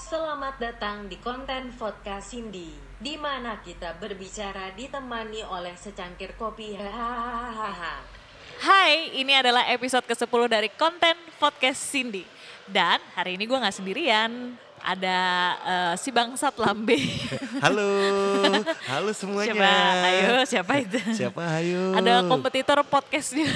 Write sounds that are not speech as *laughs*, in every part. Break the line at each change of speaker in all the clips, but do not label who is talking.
Selamat datang di konten Vodka Cindy, di mana kita berbicara ditemani oleh secangkir kopi. Hahaha.
Hai, ini adalah episode ke-10 dari konten podcast Cindy. Dan hari ini gue gak sendirian, ada eh, si bangsat lambe.
Halo,
*laughs*
halo *laughs* semuanya. Eh,
Coba, ayo siapa itu?
Siapa ayo?
Ada kompetitor podcast dia.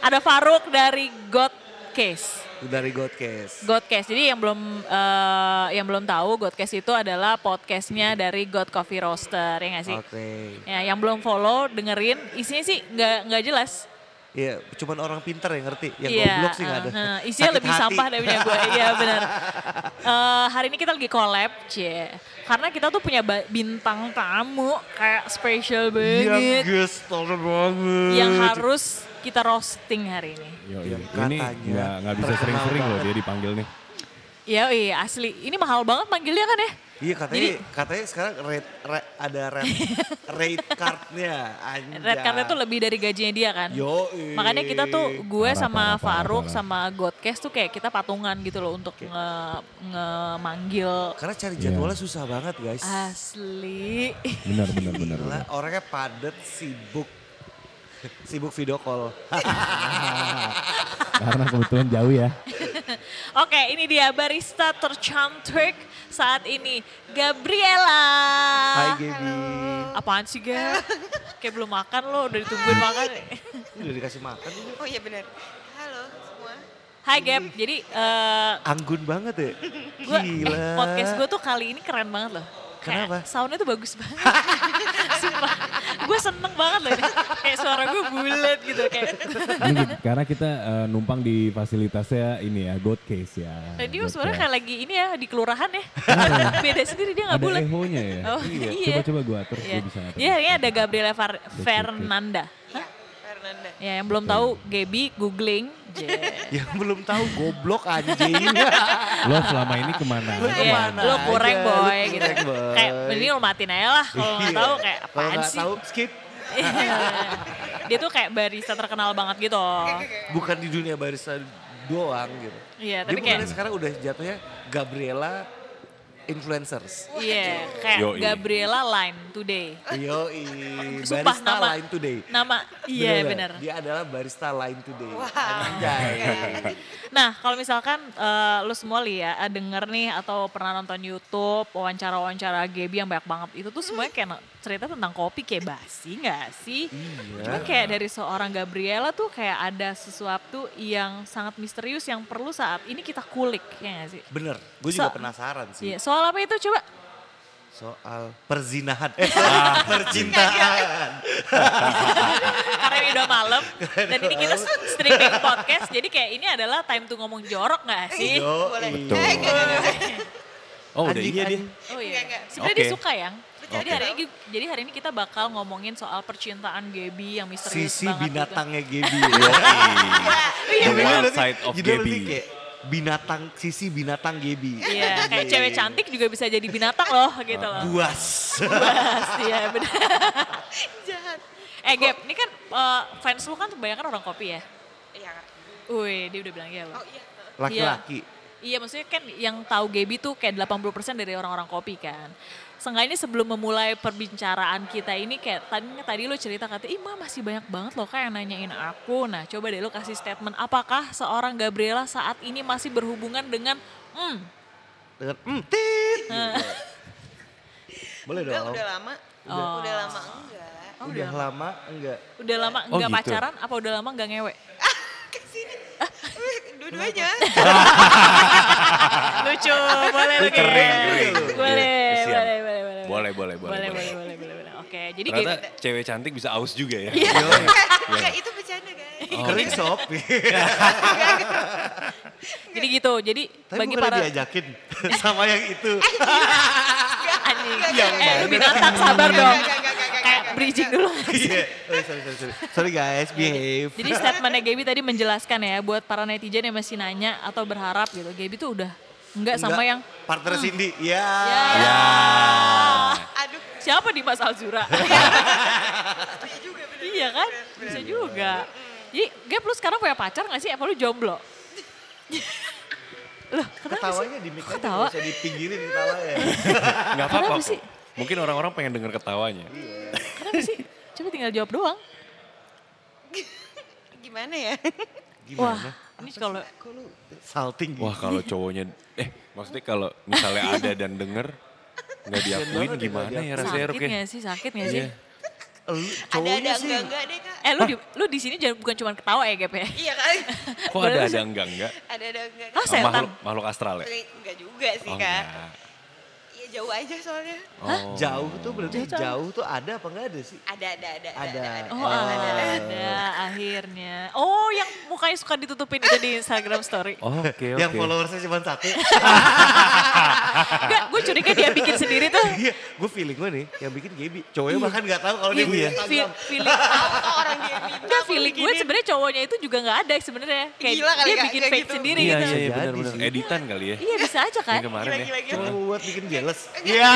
ada Faruk dari God Case.
dari Godcast.
Godcast. Jadi yang belum eh, yang belum tahu Godcast itu adalah podcastnya dari God Coffee Roaster ya nggak sih?
Oke.
Ya, yang belum follow dengerin isinya sih nggak nggak jelas.
Iya, cuman orang pinter yang ngerti. Yang
Iya,
goblok sih nggak ada.
eh, eh, isinya
Sakit
lebih
hati.
sampah dari punya gue. Iya
*laughs*
benar. Eh, hari ini kita lagi collab, cie. Karena kita tuh punya ba- bintang tamu kayak spesial
Iya,
banget
guys, tolong banget.
yang harus kita roasting hari ini.
Yo,
Yang
ini
katanya
nggak nggak bisa
terkenal
sering-sering loh
banget.
dia dipanggil nih.
Iya, iya asli. Ini mahal banget manggilnya kan ya?
Iya katanya
Jadi-
katanya sekarang rate, ra- ada rate,
*laughs*
rate cardnya. Anjay.
Red cardnya tuh lebih dari gajinya dia kan.
Iya. Yoi.
Makanya kita tuh gue
Parah,
sama
parah, parah,
Faruk
parah.
sama Godcast tuh kayak kita patungan gitu loh untuk nge, manggil
karena cari jadwalnya susah banget guys.
Ah. asli.
Benar, benar, benar.
Gila,
benar.
orangnya padat, sibuk, *laughs* sibuk video
*laughs*
call.
Ah,
Karena kebetulan jauh ya.
*laughs* Oke, ini dia barista tercantik saat ini Gabriela.
Hai Gaby,
Apaan sih, Gab? kayak belum makan lo, udah ditungguin makan.
udah dikasih makan. ini.
Oh iya benar. Halo semua.
Hai Gab, jadi eh
Anggun banget ya.
gua,
Gila.
eh, podcast gue tuh kali ini keren banget loh. Kayak
Kenapa?
Soundnya tuh bagus banget. *laughs* Sumpah, gue seneng banget loh. ini. Kayak suara gue bulat gitu. Kayak.
Ini di- karena kita eh, numpang di fasilitasnya ini ya, God Case ya.
Tadi
God
suara
Case.
kayak lagi ini ya di kelurahan ya.
Iya.
Beda sendiri dia nggak
ada
bulat.
eho-nya ya.
Oh, Iya. iya.
Coba-coba gue atur
Iya,
dia bisa ngatur.
Iya, ini ada Gabriela Far- Fernanda.
Iya, Fernanda.
Ya, yang belum tahu Gaby
*laughs*
googling. Iya,
Yang Ya, belum tahu goblok
*laughs*
anjing.
Lo selama ini kemana?
Lo kemana
Lo
aja,
Iya, kurang
lu
boy gitu.
kurang, boy.
Kayak mending lu matiin aja lah kalau nggak
Iya.
tahu kayak
Kalau
apaan
nggak
sih.
tahu skip.
*laughs* Iya. Dia tuh kayak barista terkenal banget gitu.
Bukan di dunia barista doang gitu.
Iya,
Dia
tapi
bukannya
kayak
sekarang udah jatuhnya Gabriela influencers.
Iya, kayak
Yoi.
Gabriela Line Today.
Yoi,
Sumpah,
barista
nama-
line today.
Nama iya
Beneran,
benar.
Dia adalah barista line today.
Wow.
Iya,
Anjay.
Nah, kalau misalkan eh, lu semua lihat, eh, denger nih atau pernah nonton YouTube wawancara-wawancara Gaby yang banyak banget itu tuh semuanya kayak no- cerita tentang kopi kayak basi nggak sih? Cuman kayak dari seorang Gabriela tuh kayak ada sesuatu yang sangat misterius yang perlu saat ini kita kulik ya nggak sih?
Bener, gue juga
So-
penasaran sih.
Iya, soal apa itu coba? *laughs*
Soal perzinahan. Eh, soal
Iya,
percintaan.
Karena ini udah malam dan ini kita streaming podcast, jadi kayak ini adalah time to ngomong jorok nggak sih?
Boleh.
Yoi.
Eh, enggak, enggak, enggak.
Oh udah
Anjing,
iya dia.
anjing.
Oh iya.
Enggak, enggak.
Sebenarnya dia
Oke.
suka yang. Jadi
Oke.
hari ini jadi hari ini kita bakal ngomongin soal percintaan Gaby yang misterius banget.
Sisi
gitu.
binatangnya *laughs* Gaby.
ya.
The
Judulnya
wild
nanti-
side of
judulnya nanti
Gaby.
kayak binatang, sisi binatang Gaby.
Gitu. Iya, kayak cewek cantik juga bisa jadi binatang loh gitu loh. *laughs*
Buas.
Buas, iya benar.
*laughs* Jahat.
Eh Gap, ini kan eh, fans lu kan kebanyakan orang kopi ya?
Iya. Kak.
Wih, dia udah bilang iya loh.
Oh iya.
Laki-laki.
Iya maksudnya kan yang tahu Gaby tuh kayak 80% dari orang-orang kopi kan. Seenggaknya sebelum memulai perbincaraan kita ini kayak tadi tadi lo cerita kata, "Ih, Ma, masih banyak banget loh kayak yang nanyain aku." Nah, coba deh lo kasih statement apakah seorang Gabriela saat ini masih berhubungan dengan hmm,
Dengan mm,
*laughs*
tit. gitu. Boleh
Enggak,
dong.
udah lama.
Udah.
Udah lama enggak.
Oh,
udah
udah
lama enggak?
udah lama
Oh,
nggak
gitu.
pacaran apa udah lama nggak ngewe?
Kesini. Dua-duanya.
*laughs* Lucu, boleh
Lu
lo Gap.
kering, kering.
Boleh,
Iya, kesian.
boleh, boleh, boleh.
Boleh, boleh, boleh,
Boleh,
boleh.
boleh, boleh, boleh, boleh. Oke, jadi Gaby,
Ternyata cewek cantik bisa aus juga ya.
Iya.
Enggak, itu bercanda guys.
Oh. *laughs*
Kering sop.
jadi gitu. Jadi
*laughs* Tapi
bagi
bukan
para *laughs*
diajakin *laughs* sama yang itu.
anjing.
Iya,
eh, lu
iya.
binatang sabar
Enggak,
dong.
enggak, enggak, enggak, enggak,
Kayak
enggak,
bridging
enggak.
dulu.
Iya. Oh, sorry, sorry, sorry. Sorry guys, behave.
Iya. Jadi statementnya Gaby tadi menjelaskan ya buat para netizen yang masih nanya atau berharap gitu. Gaby tuh udah enggak sama
Enggak,
yang Hmm.
partner Cindy. Ya.
ya.
Aduh,
Siapa di Mas Alzura? kan?
iya juga bener.
iya kan? Bisa juga. Jadi Gap lu sekarang punya pacar gak sih? Apa lu jomblo?
Ketawanya di mic aja,
ketawa?
nggak usah dipinggirin ketawa ya.
Nggak apa-apa
Kenapa
kok.
sih?
Mungkin orang-orang pengen denger ketawanya.
Kenapa sih? Cuma tinggal jawab doang.
Gimana ya?
*laughs* Wah,
Gimana?
ini kalau
Kok lu salting gitu?
Wah kalau cowoknya, eh maksudnya kalau misalnya ada dan denger, nggak diakuin
banget ya,
gimana
nggak
ya rasanya
sakit
Ruki?
nggak sih? Sakit nggak sih?
Iya.
Lu,
Ada ada
cowoknya sih.
enggak enggak Iya, deh kak?
Eh lu di, lu di sini jangan bukan cuma ketawa ya Gap ya?
Iya kan?
Kok ada ada enggak enggak?
*laughs* Ada ada enggak?
Ah,
Kak?
setan.
makhluk makhluk astral ya?
Enggak juga sih
Oh,
kak.
enggak.
Iya jauh aja soalnya.
Oh.
Jauh tuh berarti
Jauh.
jauh tuh ada apa enggak ada sih?
Ada ada ada
Ada.
Oh ada, ada akhirnya. Oh yang mukanya suka ditutupin itu di Instagram story.
Oh, Oke oke.
Yang followersnya cuma satu.
Enggak, gue curiga dia bikin sendiri tuh.
Iya, gue feeling gue nih yang bikin Gaby. Cowoknya bahkan gak tahu kalau dia
Iya,
punya Instagram.
Fe- Feeling,
Kok Oh, orang dia minta
enggak
aku
feeling gue
bikinin?
sebenarnya cowoknya itu juga nggak ada sebenarnya. Kayak
Gila kali,
dia
Kak,
bikin
kayak
fake
gitu.
sendiri
Iya
gitu.
iya iya
Bisa
benar
jadi
benar.
sih.
Editan kali ya.
Iya bisa aja kan.
Yang kemarin
Gila,
ya.
gila,
Cuma
gila.
buat bikin jealous.
Iya.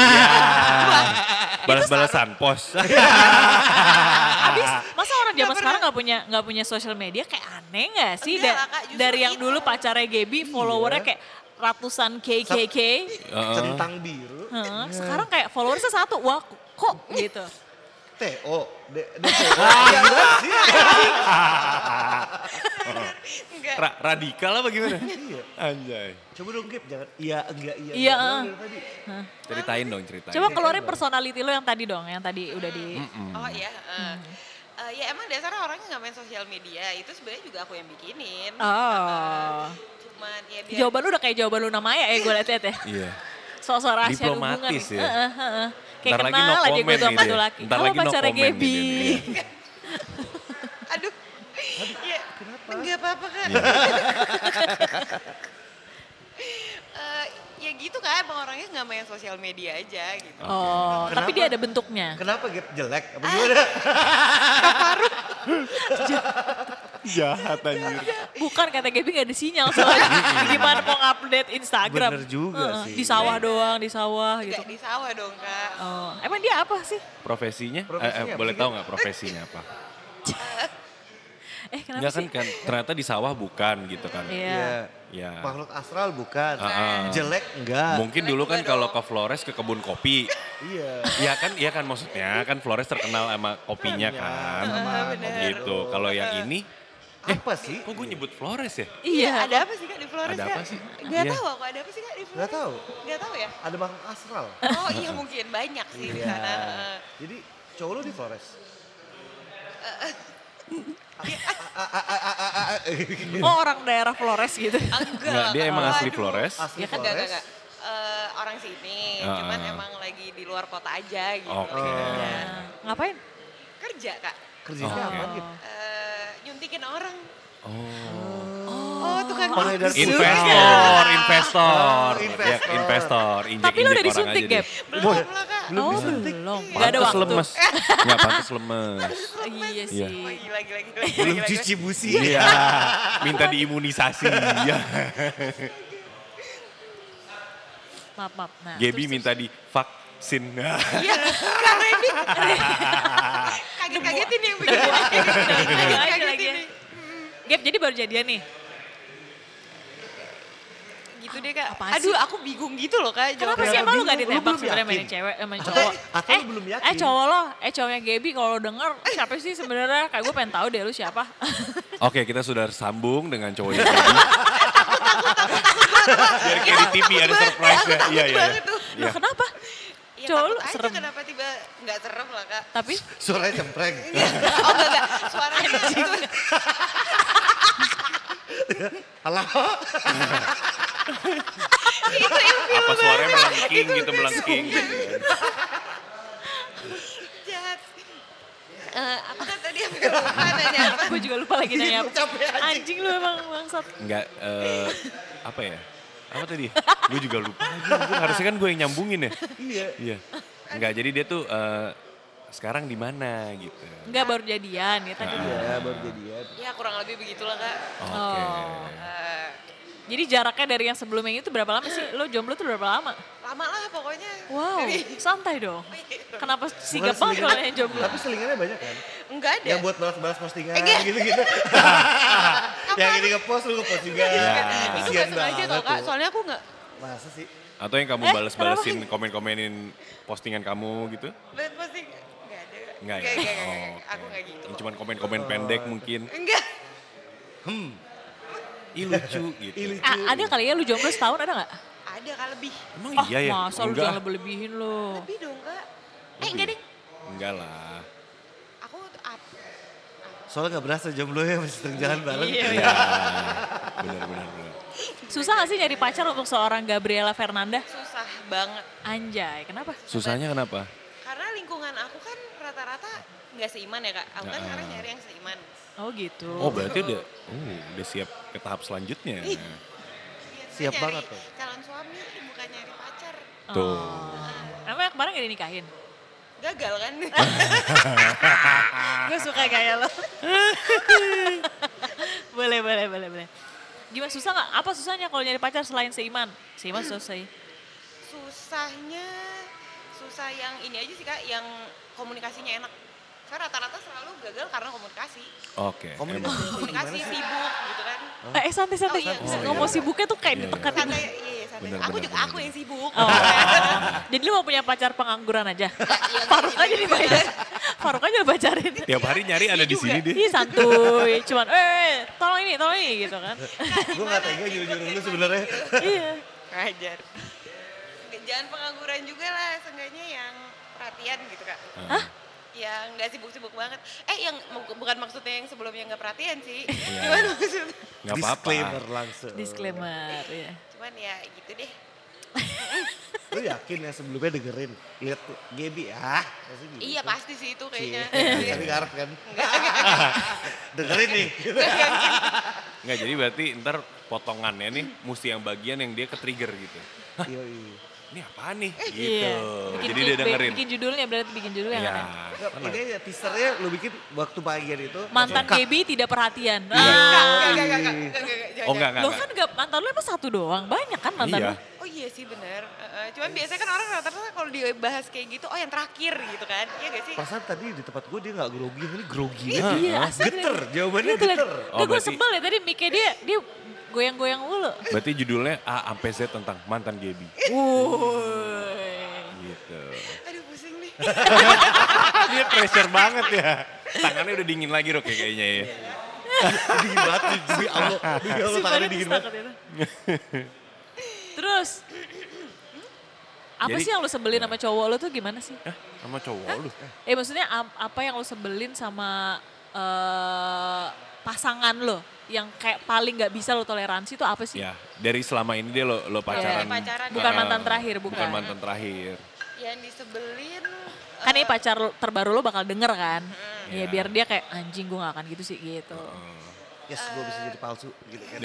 Balas-balasan pos.
Habis masa orang zaman
Nggak
sekarang nggak punya nggak punya sosial media kayak aneh nggak sih
Enggak
Da-
lah, Kak, justru
dari yang
itu.
dulu pacarnya
Iya.
Gaby followernya kayak ratusan KKK.
Centang biru.
Heeh,
Iya.
sekarang kayak followersnya satu, wah kok gitu.
TO. D- DTO. Iya, iya sih.
Enggak.
*laughs* Ra- radikal apa gimana? Anjay.
Iya. Coba dong Gap, jangan iya enggak iya.
Iya, ah.
enggak, dari tadi.
Ceritain dong ceritain.
Coba keluarin personality lo yang tadi dong, yang tadi udah di...
Mm.
Oh iya. eh.
Hmm.
Eh, ya emang dasarnya orangnya nggak main sosial media itu sebenarnya juga aku yang bikinin.
Oh.
Cuman ya biar
Jawaban lu udah kayak jawaban Luna Maya ya gue liat-liat ya.
Iya.
Sosok rahasia hubungan.
Diplomatis ya.
Heeh, heeh. Kayak
Ntar lagi
kenal
no
aja gue
comment
tuh sama
gitu
tuh
ya.
laki.
Ntar
Kamu
lagi no
pacarnya
comment
Gaby.
gitu ya.
aduh. ya, kenapa? Enggak apa-apa kak. *laughs* Eh, ya gitu kak, emang orangnya nggak main sosial media aja gitu.
Oh, tapi
Kenapa?
dia ada bentuknya.
Kenapa Gap jelek? Apa gimana?
Jahat anjir.
Bukan kata Gaby gak ada sinyal
*laughs*
soalnya. Gimana mau update Instagram.
Bener juga
Heeh,
sih.
Di sawah doang, di sawah gitu.
Enggak di sawah dong kak.
Oh, emang dia apa sih?
Profesinya? Eh,
Profesinya
eh,
apa
boleh
sih,
tahu nggak profesinya apa?
Eh kenapa
Enggak kan,
sih?
kan ternyata di sawah bukan gitu kan.
Iya.
Iya.
Iya.
Makhluk astral bukan.
Ah, ah.
Jelek enggak.
Mungkin dulu kan kalau ke Flores ke kebun
*laughs*
kopi.
Iya.
Iya kan, iya kan maksudnya kan Flores terkenal sama kopinya kan.
Iya,
Iya,
sama
bener.
Gitu. Kalau yang ini, Eh,
Apa sih?
kok gue nyebut Flores ya?
Iya.
Ada apa sih kak di Flores
Ada
kak?
apa sih?
Gak
Iya.
tahu aku ada apa sih kak di Flores?
Enggak tahu.
Gak tahu
*laughs*
ya.
Ada makhluk astral.
Oh iya mungkin banyak sih di
Iya.
sana. Heeh.
Jadi cowok lu di Flores.
Eh,
Oh orang daerah Flores gitu.
Enggak.
Enggak, dia
Kak.
emang asli
Waduh.
Flores.
Asli
Ya kan enggak, enggak,
Flores.
enggak. Eh, orang sini,
Ah,
cuman
ah, ah.
emang lagi di luar kota aja gitu.
Oke.
Oh, Iya.
Nah,
Nah, ngapain?
Kerja kak,
Kerjanya
Oh.
apa gitu?
Eh, nyuntikin orang.
Oh.
Oh, tukang
Provider
nyuntik.
Investor,
Investor, investor. Ya,
Oh, investor.
investor.
Tapi lu udah disuntik Gap?
Belum lah kak.
Belum
oh
disuntik.
belum. Gak ada
Pantes
waktu.
lemes. Enggak pantes lemes.
Iya
Iya.
sih.
Oh, gila, gila, gila,
Belum
gila, gila.
cuci busi. *laughs*
Iya. Minta diimunisasi. Iya.
Maaf, maaf. Nah,
Gaby
terus-
minta divaksin.
Iya, Kak
*laughs*
Randy. Kaget-kagetin yang begini.
Ayo, ayo lagi
Kaget-kagetin.
ya. Gap, jadi baru jadian nih.
Gitu deh kak.
Apaan
Aduh,
sih?
aku bingung gitu loh kak.
Kenapa
jawabannya.
sih emang lu gak
bingung, lu
ditembak
belum
sebenarnya
yakin.
mainin cewek, sama
Atau-
cowok?
atau lu belum yakin.
Eh cowok lo, eh cowoknya Gaby kalau denger siapa sih sebenarnya? Kayak gue pengen tahu deh lu siapa. *laughs*
Oke, kita sudah sambung dengan cowok itu. Biar kayak di TV ada surprise ya. Iya, iya.
banget tuh.
Iya.
Loh kenapa?
Ya,
Cowok
takut
lu
aja
serem.
kenapa tiba nggak serem lah
*laughs*
kak.
Tapi
Suaranya cempreng.
Oh enggak, enggak. Suaranya itu.
Alah.
Itu yang feel
Apa suaranya
banget.
melengking
Itu
gitu, melengking.
Jahat. Eh, apa kan tadi yang lupa nanya
*laughs*
apa?
gue juga lupa lagi nanya apa.
Capek aja.
Anjing lu emang bangsat.
Enggak, eh, apa ya? Apa tadi? Gue juga lupa. lagi, anjing. harusnya kan gue yang nyambungin ya.
Iya.
Iya. Enggak, jadi dia tuh eh, sekarang di mana gitu.
Enggak baru jadian ya tadi.
Iya, baru jadian.
Ya kurang lebih begitulah kak.
Oke.
Oh.
Eh,
Jadi jaraknya dari yang sebelumnya itu berapa lama sih? Lo jomblo tuh berapa lama?
lama lah pokoknya.
Wow,
Dari-
santai dong. Kenapa sih
Bukan
gampang kalau
selingannya-
yang jomblo?
Iya.
Tapi selingannya banyak kan?
Enggak ada.
Yang buat balas-balas postingan
Enggak.
gitu-gitu.
Iya. *laughs* apa?
*laughs*
Iya.
Yang ini ngepost lu ngepost juga. Iya.
Itu
Kasian
gak sengaja tau
banget
kak,
tuh.
soalnya aku gak,
Masa sih?
Atau yang kamu
Eh,
balas-balesin, komen-komenin postingan kamu gitu?
bet pasti gak gak ada.
Enggak ya?
Gak, gak, gak,
Oh,
gak, gak. Aku
oke.
gak gitu.
Yang cuman komen-komen pendek mungkin.
Enggak.
Ih lucu gitu.
Ih, lucu.
Ah, ada kali ya lu jomblo setahun ada nggak?
Ada kak lebih.
Emang
Oh,
iya ya?
masa lu jangan lebih-lebihin lu.
Lebih dong kak. Eh enggak deh.
Enggak
*laughs*
lah.
Aku tuh ap-
Soalnya gak berasa jomblo ya masih sering jalan bareng.
Iya. Benar benar benar.
Susah gak sih nyari pacar untuk seorang Gabriela Fernanda?
susah banget.
Anjay, kenapa?
Susahnya kenapa?
Karena lingkungan aku kan rata-rata nggak seiman ya kak. Aku kan sekarang nyari yang seiman.
Oh gitu.
Oh berarti udah, oh, udah siap ke tahap selanjutnya.
Biasanya
Siap
nyari
banget, tuh.
Calon suami bukan nyari pacar.
Tuh.
Oh. Emang yang kemarin gak dinikahin?
Gagal kan?
Gue suka kayak lo. *laughs* boleh, boleh, boleh, boleh. Gimana susah gak? Apa susahnya kalau nyari pacar selain seiman? Seiman susah sih.
Susahnya, susah yang ini aja sih kak, yang komunikasinya enak. Saya rata-rata selalu gagal karena komunikasi.
Oke.
Oh,
*laughs*
Komunikasi.
emang.
Komunikasi sibuk gitu kan.
Eh santai-santai.
Oh, iya.
Ngomong
Oh, iya.
sibuknya tuh kayak
Iya, iya.
ditekan.
Santai, iya, iya, santai.
Bener,
Aku
bener,
juga,
bener,
aku
bener.
yang sibuk.
*laughs*
*laughs*
Oh. Jadi lu mau punya pacar pengangguran aja? Faruk aja dibayar. Faruk aja lu pacarin.
Tiap hari nyari
Iya
ada di sini deh.
Ih santuy, cuman eh tolong ini, tolong ini gitu kan.
Gue gak tega nyuruh-nyuruh lu sebenarnya.
Iya.
Ngajar. Jangan pengangguran juga lah, seenggaknya yang perhatian gitu kak.
Hah?
Yang Ya, nggak sibuk-sibuk banget. Eh yang bu- bukan maksudnya yang sebelumnya nggak perhatian sih.
Iya.
*laughs* Cuman maksudnya,
Gak apa-apa.
Disclaimer langsung.
Disclaimer, ya.
cuman ya gitu deh.
Iya,
Lu yakin yang sebelumnya dengerin? Lihat tuh, Gaby ah. pasti gitu.
Iya pasti sih itu
*laughs*
kayaknya.
Iya.
Cie, Tapi ngarep kan? dengerin nih.
Nggak jadi berarti ntar potongannya nih mesti yang bagian yang dia ke trigger gitu.
Iya, iya.
Ini apa nih? Gitu.
Iya. Bikin
Jadi dia
clickbait,
dengerin.
Bikin judulnya berarti bikin judulnya kan yang
Iya.
aneh.
Nggak, Ini ya teasernya lu bikin waktu bagian itu.
Mantan
Kak,
Gaby tidak perhatian.
Iya.
Ah.
Enggak, enggak, enggak, enggak, enggak, enggak, enggak,
Oh enggak,
Lo
enggak,
kan
enggak.
gak mantan lu emang satu doang, banyak kan mantan
Iya.
lu?
jangan. Oh iya sih benar. Heeh, Cuman biasanya kan orang rata-rata kalau dibahas kayak gitu, oh yang terakhir gitu kan. Iya gak sih?
Perasaan tadi di tempat gue dia gak grogi, ini grogi
Iya,
banget.
iya, asli.
Geter, jawabannya
Gitu lah.
geter.
Oh,
Gak gue
berarti-
sebel ya tadi mic dia, dia goyang-goyang mulu.
Berarti judulnya A sampai Z tentang mantan Gaby.
Wuih.
Gitu.
Aduh pusing
*laughs*
nih.
Dia pressure banget ya. Tangannya udah dingin lagi Rok ya kayaknya ya.
Dingin banget, sih, demi Allah. Demi Allah,
Sumpah
tangannya
dia
dingin
kesel
banget.
katanya. Terus, apa
Jadi-
sih yang lu sebelin sama cowok lu tuh gimana sih?
Sama cowok lu.
Eh maksudnya am- apa yang lo sebelin sama eh, pasangan lo yang kayak paling nggak bisa lo toleransi itu apa sih?
Ya, dari selama ini dia lo, lo pacaran.
Iya, pacaran.
Bukan
Ah,
mantan terakhir, bukan.
Bukan mantan terakhir.
Yang disebelin.
Kan ini pacar lo- terbaru lo bakal denger kan? Ya
Iya.
biar dia kayak anjing gue gak akan gitu sih gitu.
Yes, gue bisa jadi palsu. Gitu kan.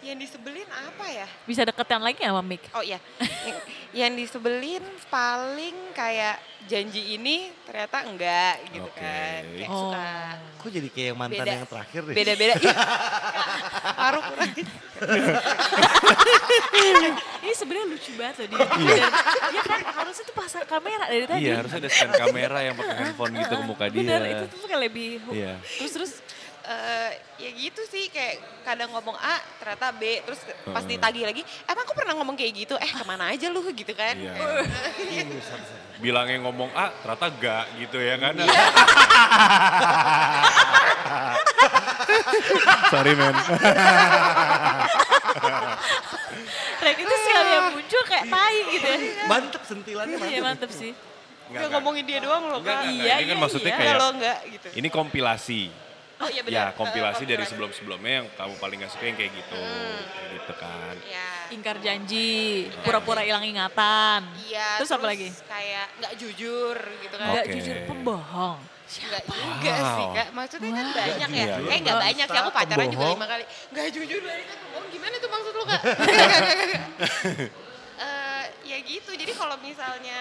Yang disebelin apa ya?
Bisa deketan lagi gak sama Mik?
Oh iya. *laughs* yang disebelin paling kayak janji ini ternyata enggak gitu
Oke.
kan. Kayak
Oh.
suka
Kok jadi kayak yang mantan
Beda.
yang terakhir deh?
beda-beda. Ih, Paruk.
Ini sebenarnya lucu banget loh
*laughs*
dia. Dan- ya kan harusnya tuh pasang kamera dari tadi. Ah,
Iya, harusnya ada stand kamera yang pakai handphone gitu ke muka dia.
Bener, itu tuh kayak lebih.
Iya.
Terus terus
Eh, ya gitu sih kayak kadang ngomong A ternyata B terus ke- pas ditagih lagi emang aku pernah ngomong kayak gitu eh kemana aja lu gitu kan *laughs*
Iya.
Eh,
Bilangnya ngomong A, ternyata gak gitu ya kan.
Iya.
Sorry men.
track itu sekali yang muncul gitu kayak tai gitu ya.
Mantep sentilannya
Iya
mantep.
mantep sih.
nggak ngomongin dia doang loh
Enggak,
kan
enggak,
Iya,
ini kan
iya,
maksudnya
iya.
kayak
kalau enggak gitu
ini kompilasi.
oh iya
Ya,
benar
kompilasi
Eh,
dari sebelum-sebelumnya yang kamu paling gak suka yang kayak gitu. Kayak
Hmm.
gitu kan.
Iya.
Ingkar janji, pura-pura hilang ingatan.
iya
Terus apa lagi?
kayak nggak jujur gitu kan
Enggak
Oke.
jujur pembohong.
Enggak juga sih kak, maksudnya kan banyak ya.
jujur.
Eh enggak banyak sih, aku pacaran juga
Pembohong.
lima kali. Enggak jujur banget kan bohong, gimana tuh maksud lu
*laughs*
kak? Enggak, enggak, enggak, enggak. Eh, ya gitu, jadi kalau misalnya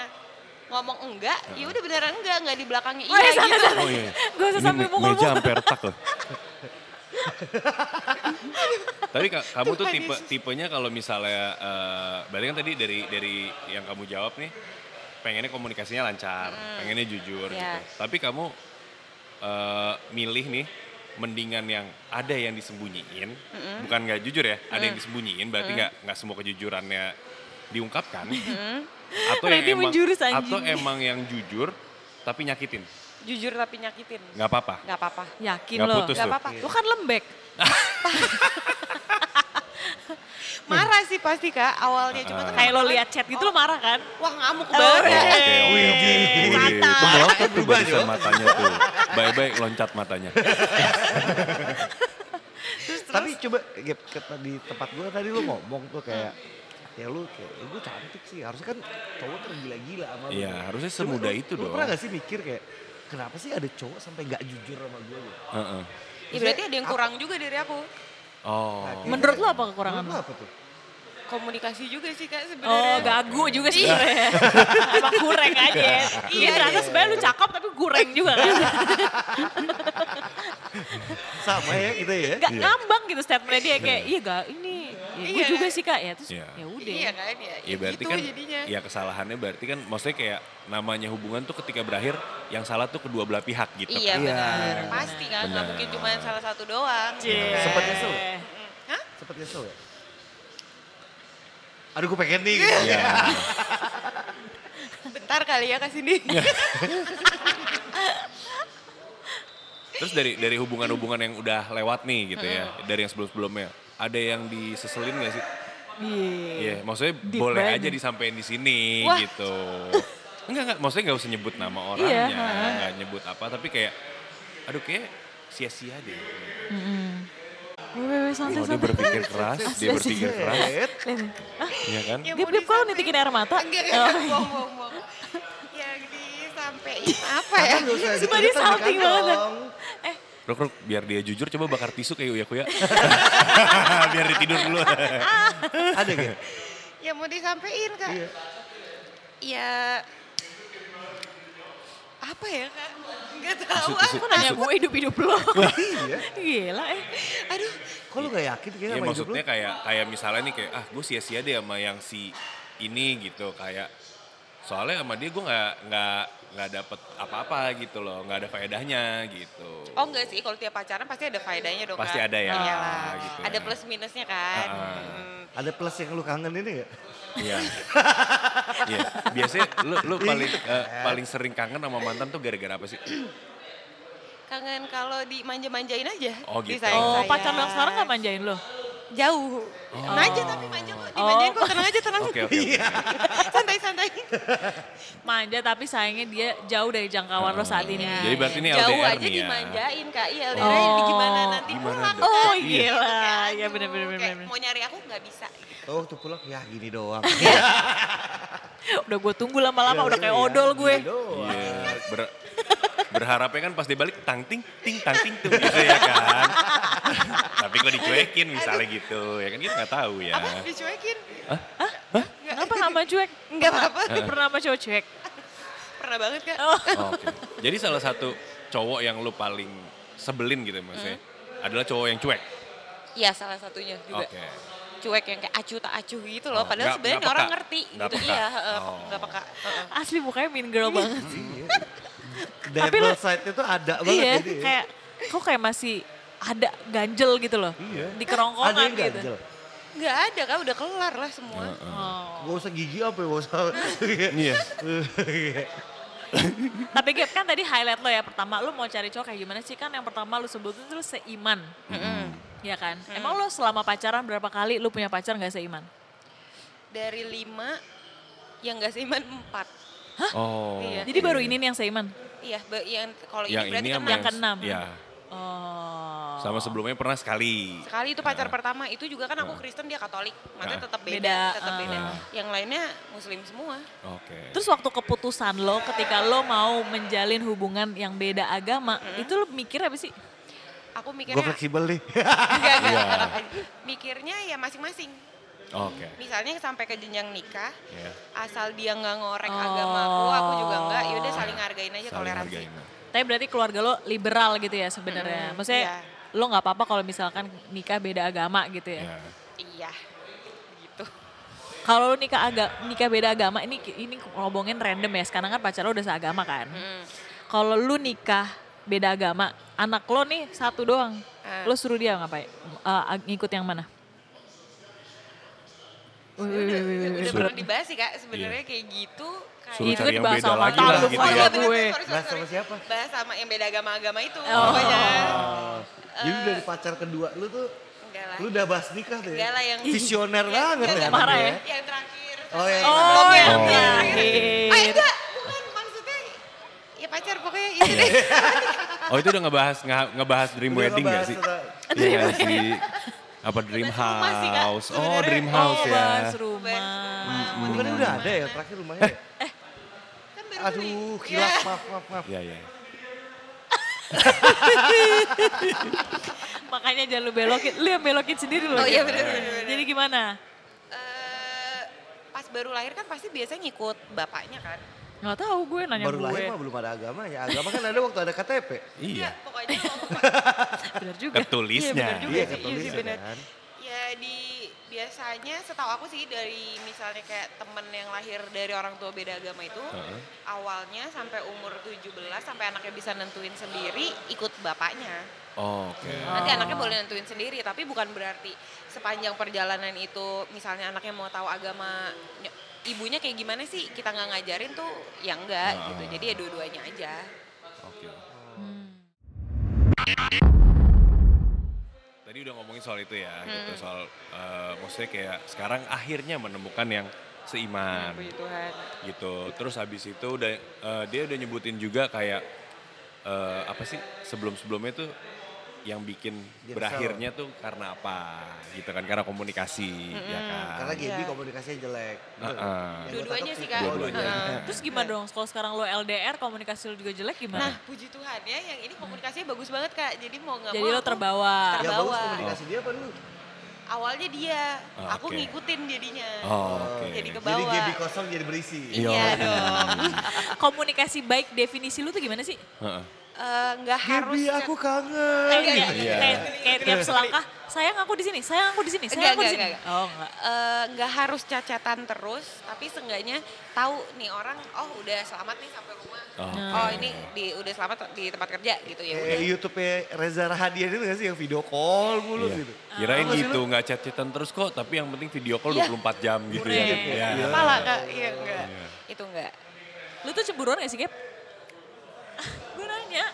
ngomong enggak, ya udah beneran enggak, enggak di belakangnya
Oh,
iya
iya, sana,
gitu.
sana.
Oh iya.
Gak usah sampai
me-
mukul
meja
mukul.
hampir retak loh. *laughs* Tapi ka- kamu tuh
Tuhan
tipe
Yesus.
tipenya kalau misalnya eh berarti kan tadi dari dari yang kamu jawab nih pengennya komunikasinya
Hmm.
lancar, pengennya jujur
Iya.
gitu. Tapi kamu eh milih nih mendingan yang ada yang disembunyiin, bukan nggak jujur ya, ada
Mm.
yang disembunyiin berarti nggak nggak semua kejujurannya diungkapkan, atau yang
Ready
emang
menjurus, anjing.
atau emang yang jujur tapi nyakitin,
Jujur tapi nyakitin.
nggak Iya. apa-apa.
Nggak apa-apa.
Yakin
Nggak
lo.
putus
Nggak
tuh.
apa-apa.
Lo kan lembek.
Marah sih pasti kak awalnya.
Ah.
Cuma tuh
Kayak lo lihat chat iya. gitu lo marah kan?
Wah ngamuk
Oke,
banget. Ya
oke, oke. Wih,
mantap.
Itu melotot tuh
Berubah,
barisan
Jo.
matanya tuh. Baik-baik loncat matanya.
Tapi coba Gap, ke- di tempat gue tadi lu ngomong tuh kayak ya lu kayak "Eh, gue cantik sih harusnya kan cowok tergila-gila sama lu.
Iya, harusnya
Coba
semudah
lu-
itu
lu
dong.
pernah gak sih mikir kayak kenapa sih ada cowok sampai nggak jujur sama gitu? gue?
Heeh.
Ya
Iya.
berarti ada yang kurang juga dari aku.
Oh.
Menurut lo apa kekurangan lo?
Menurut lu apa tuh?
Komunikasi juga sih kak
Oh
sebenarnya.
gagu juga sih
Iya.
*laughs* sebenernya. Emang kurang aja. Iya ternyata sebenarnya lu cakep tapi kurang juga kan.
Sama ya kita ya.
Gak
Iya.
ngambang gitu statementnya dia kayak iya gak ini. Ya, gue
Iya.
juga sih kak ya terus
Iya.
ya udah.
Iya kan ya.
Ya berarti
gitu
kan
jadinya.
ya kesalahannya berarti kan maksudnya kayak namanya hubungan tuh ketika berakhir yang salah tuh kedua belah pihak gitu.
Iya
kan.
benar. Pasti kan nggak
Benar.
mungkin cuma salah satu doang.
Iya.
Gitu kan.
Cie.
Sempet nyesel.
Iya.
Hah?
Sempet nyesel ya? Aduh gue pengen nih gitu.
Iya.
Bentar kali ya kak Cindy.
Iya.
*laughs*
Terus dari dari hubungan-hubungan yang udah lewat nih gitu ya, dari yang sebelum-sebelumnya, ada yang diseselin gak sih? Iya, maksudnya
Deep
boleh
banget.
aja disampaikan di sini
Wah.
gitu. Enggak enggak, maksudnya nggak usah nyebut nama
Iya,
orangnya,
ha.
nggak nyebut apa, tapi kayak, aduh kayak sia-sia deh.
Wewe
Oh,
santai
dia
santai.
berpikir keras, dia berpikir keras,
Set.
ya kan?
Ya,
Dip
mau
dip kalau
disampaikan.
nitikin air mata.
Enggak, enggak,
Oh.
enggak, bohong, bohong, bohong. Yang disampaikan apa ya?
Nggak usah
Sumpah
gitu,
dia
kita
salting
nikah
banget.
dong.
Ruk, ruk, biar dia jujur coba bakar tisu kayak Uya Kuya. biar dia tidur dulu.
Ada gak?
Ya mau disampaikan kak.
Iya.
Ya apa ya kak? Enggak tahu.
Tisu, tisu.
aku.
iya. Kok nanya gue hidup-hidup lo?
Iya.
*laughs* Gila eh.
Aduh,
Kok lu gak yakin kayak
Ya
sama hidup lu?
maksudnya kayak kayak misalnya nih kayak ah gue sia-sia deh sama yang si ini gitu kayak soalnya sama dia gue nggak nggak nggak dapet apa-apa gitu loh nggak ada faedahnya gitu.
oh enggak sih kalau tiap pacaran pasti ada faedahnya dong
Pasti
Kak.
ada ya,
Iyalah.
gitu
Ada
ya.
plus minusnya kan.
Ah.
Hmm.
Ada plus yang lu kangen ini gak?
Iya. Iya. Biasanya lu lu paling eh, paling sering kangen sama mantan tuh gara-gara apa sih?
Kangen kalau dimanja-manjain aja.
Oh, gitu.
Oh
disayang-sayang.
pacar lo yang sekarang gak manjain lo?
Jauh. Manja tapi manja kok. Dimanjain kok tenang aja, tenang.
Oh. Oke
Iya.
oke. oke.
*laughs* Santai-santai.
Manja tapi sayangnya dia jauh dari jangkauan lo saat ini.
Jadi berarti ini
Jauh
LDR
aja
nih ya.
dimanjain kak. Iya LDR ini
Oh.
gimana nanti
Gimana
pulang.
dong?
Oh
Kak.
Iya.
gila,
Kayak,
ya
aduh,
bener bener bener.
kayak
bener.
Mau nyari aku nggak bisa.
Oh waktu pulang ya gini doang.
Udah gue tunggu lama-lama, udah kayak
Iya,
odol
gini
gue.
doang.
Iya. ber- berharapnya kan pas dia balik tang ting ting tang ting tuh gitu ya
*laughs*
kan. Tapi kok dicuekin misalnya gitu ya kan kita nggak tahu ya.
Apa? Dicuekin?
Iya.
Kenapa sama cuek?
Nggak
Eh.
apa-apa.
Pernah sama cowok cuek?
Pernah banget kak.
Oh, Oke. Jadi salah satu cowok yang lu paling sebelin gitu maksudnya
Hmm.
adalah cowok yang cuek.
Iya salah satunya juga.
Oke.
Cuek yang kayak acu tak acu gitu loh.
Oh, nggak-
Padahal sebenarnya
nggak
orang
peka.
ngerti.
Nggak
gitu.
peka.
Iya, heeh,
Oh.
nggak peka. heeh.
*laughs* Asli mukanya mean
Iya.
girl banget.
Devil
lu-
side-nya tuh ada banget
iya,
gitu ya?
ini.
kayak kok kayak masih ada ganjel gitu loh.
Iya.
Di kerongkongan
Ada yang
gitu.
ganjel.
Nggak ada kak, udah kelar lah semua.
Oh.
Gak usah gigi apa ya, gak usah.
Iya.
Tapi Gap kan tadi highlight lo ya pertama lo mau cari cowok kayak gimana sih kan yang pertama lo sebutin tuh lo seiman. Iya kan? Emang lo selama pacaran berapa kali lo punya pacar nggak seiman?
Dari lima, yang nggak seiman empat.
Oh.
Iya.
Jadi baru ini nih yang seiman.
Iya, be- yang kalau ini
Yang ini
berarti
sama
kena
yang keenam.
Iya.
Oh.
Sama sebelumnya pernah sekali.
sekali itu
Nah.
pacar pertama itu juga kan aku Kristen dia Katolik
Ah.
makanya tetap beda,
Beda,
tetap
ah.
beda yang lainnya Muslim semua
Oke.
Terus waktu keputusan lo ketika lo mau menjalin hubungan yang beda agama, itu lo mikir apa sih?
aku
Gue
mikirnya
fleksibel nih.
*laughs*
*laughs*
enggak, enggak,
Iya.
enggak. mikirnya ya masing-masing
Oke.
misalnya sampai ke jenjang nikah
Iya.
asal dia nggak ngorek
Oh.
agama aku aku juga enggak yaudah saling hargain aja
Saling
toleransi Ya.
hargain.
Tapi berarti keluarga lo liberal gitu ya sebenarnya.
Mm,
Maksudnya
iya.
lo nggak apa-apa kalau misalkan nikah beda agama gitu ya.
Iya.
iya gitu
Kalau lo nikah aga- nikah beda agama ini ini ngomongin random ya. Sekarang kan pacar lo udah seagama kan. Kalau lu nikah beda agama, anak lo nih satu doang.
Ah.
Lo suruh dia ngapain? Eh, ngikut yang mana? Wih, wih, wih, wih, wih.
udah pernah dibahas sih kak sebenarnya kayak gitu kayak
Suruh
Iya. Itu
cari yang
bahasa
beda
orang
lagi lah
tahu
Iya. gitu
Oh,
ya.
iya, bener,
Gue.
sorry, sorry,
Bahas sama
sorry.
siapa?
Bahas sama yang beda agama-agama itu.
Oh.
pokoknya.
Eh.
Oh. Jadi dari pacar kedua lu tuh
Enggak lah.
lu udah bahas nikah tuh
Enggak
ya.
lah yang
Visioner
yang-
banget
yang-
ya.
Parah
anaknya
ya.
Yang terakhir.
Oh, iya. yang
Oh,
Sama
yang
terakhir.
terakhir.
Ah, enggak, bukan maksudnya ya pacar pokoknya itu
*laughs*
deh.
Oh itu udah ngebahas nge- ngebahas dream
Udah
wedding gak
ngebahas
sih?
tentang-
Iya nggak sih. Apa dream
Bahas rumah sih, Kak,
house? Oh
sebenarnya.
dream
Oh,
house ya.
bahas
Bahas
rumah.
rumah.
Bukan udah ada ya terakhir rumahnya. ya?
Kan baru beli.
Aduh,
Iya.
kilap, maaf, maaf, maaf.
Iya iya. Hmm.
Makanya jangan lu belokin, lu yang belokin sendiri loh.
Oh iya benar benar.
Jadi gimana?
Eh, pas baru lahir kan pasti biasanya ngikut bapaknya kan.
Nggak tahu gue nanya
Baru
gue.
lahir mah belum ada agamanya. Agama kan ada waktu ada KTP.
Iya.
Pokoknya
*laughs*
waktu
Bener juga.
*laughs*
Iya,
Ketulisnya.
bener juga
Iya,
sih.
kata
Iya sih,
Lisa
bener.
kan.
Ya di biasanya setahu aku sih dari misalnya kayak temen yang lahir dari orang tua beda agama itu awalnya sampai umur 17 sampai anaknya bisa nentuin sendiri ikut bapaknya.
Oh, Oke.
Nanti anaknya boleh nentuin sendiri tapi bukan berarti sepanjang perjalanan itu misalnya anaknya mau tahu agama ny- ibunya kayak gimana sih kita nggak ngajarin tuh ya enggak gitu. Jadi ya dua-duanya aja.
Oke.
Hmm.
Tadi udah ngomongin soal itu ya, gitu
Hmm.
soal eh, maksudnya kayak sekarang akhirnya menemukan yang seiman
Puji Tuhan.
gitu. Terus habis itu udah eh, dia udah nyebutin juga kayak eh, apa sih sebelum-sebelumnya tuh yang bikin
Dia
berakhirnya tuh karena apa gitu kan karena komunikasi ya kan.
Karena Gaby
Iya.
komunikasinya jelek.
Ah, ah.
Yang gua
Dua-duanya
tangkap
sih, Kak.
Dua-duanya.
Heeh.
Terus gimana dong? Kalau sekarang lo LDR, komunikasi lo juga jelek
Nah,
gimana?
puji Tuhan ya yang ini komunikasinya bagus banget Kak. Jadi mau nggak
Jadi
mau
lo
aku- *laughs*
terbawa.
Yang bagus
Terbawa.
komunikasi dia apa dulu?
awalnya dia
Ah,
aku
oke.
ngikutin jadinya
Oh, oke.
jadi ke
Jadi
bawah
Gaby kosong jadi berisi.
Iya.
iya dong
Komunikasi baik definisi lu tuh gimana sih?
Heeh.
Eh, nggak harus
Gaby aku kangen.
Kayak, kayak,
Iya.
kayak- kayak tiap selangkah, sayang aku di sini, sayang aku di sini, sayang
Enggak,
aku di sini.
enggak, enggak,
Oh enggak.
eh, nggak harus cacatan terus tapi seenggaknya tahu nih orang oh udah selamat nih sampai rumah
Oke.
oh ini di udah selamat di tempat kerja gitu ya udah
Eh, YouTube-nya Reza Rahadian itu gak sih yang video call mulu
Iya.
gitu.
Kirain
Apa sih
gitu, nggak chat-chatan terus kok, tapi yang penting video call
Iya.
24 jam gitu ya.
Kurang.
Iya.
kepala kak iya enggak itu enggak
Lu tuh cemburuan gak sih, Gap? Gue nanya.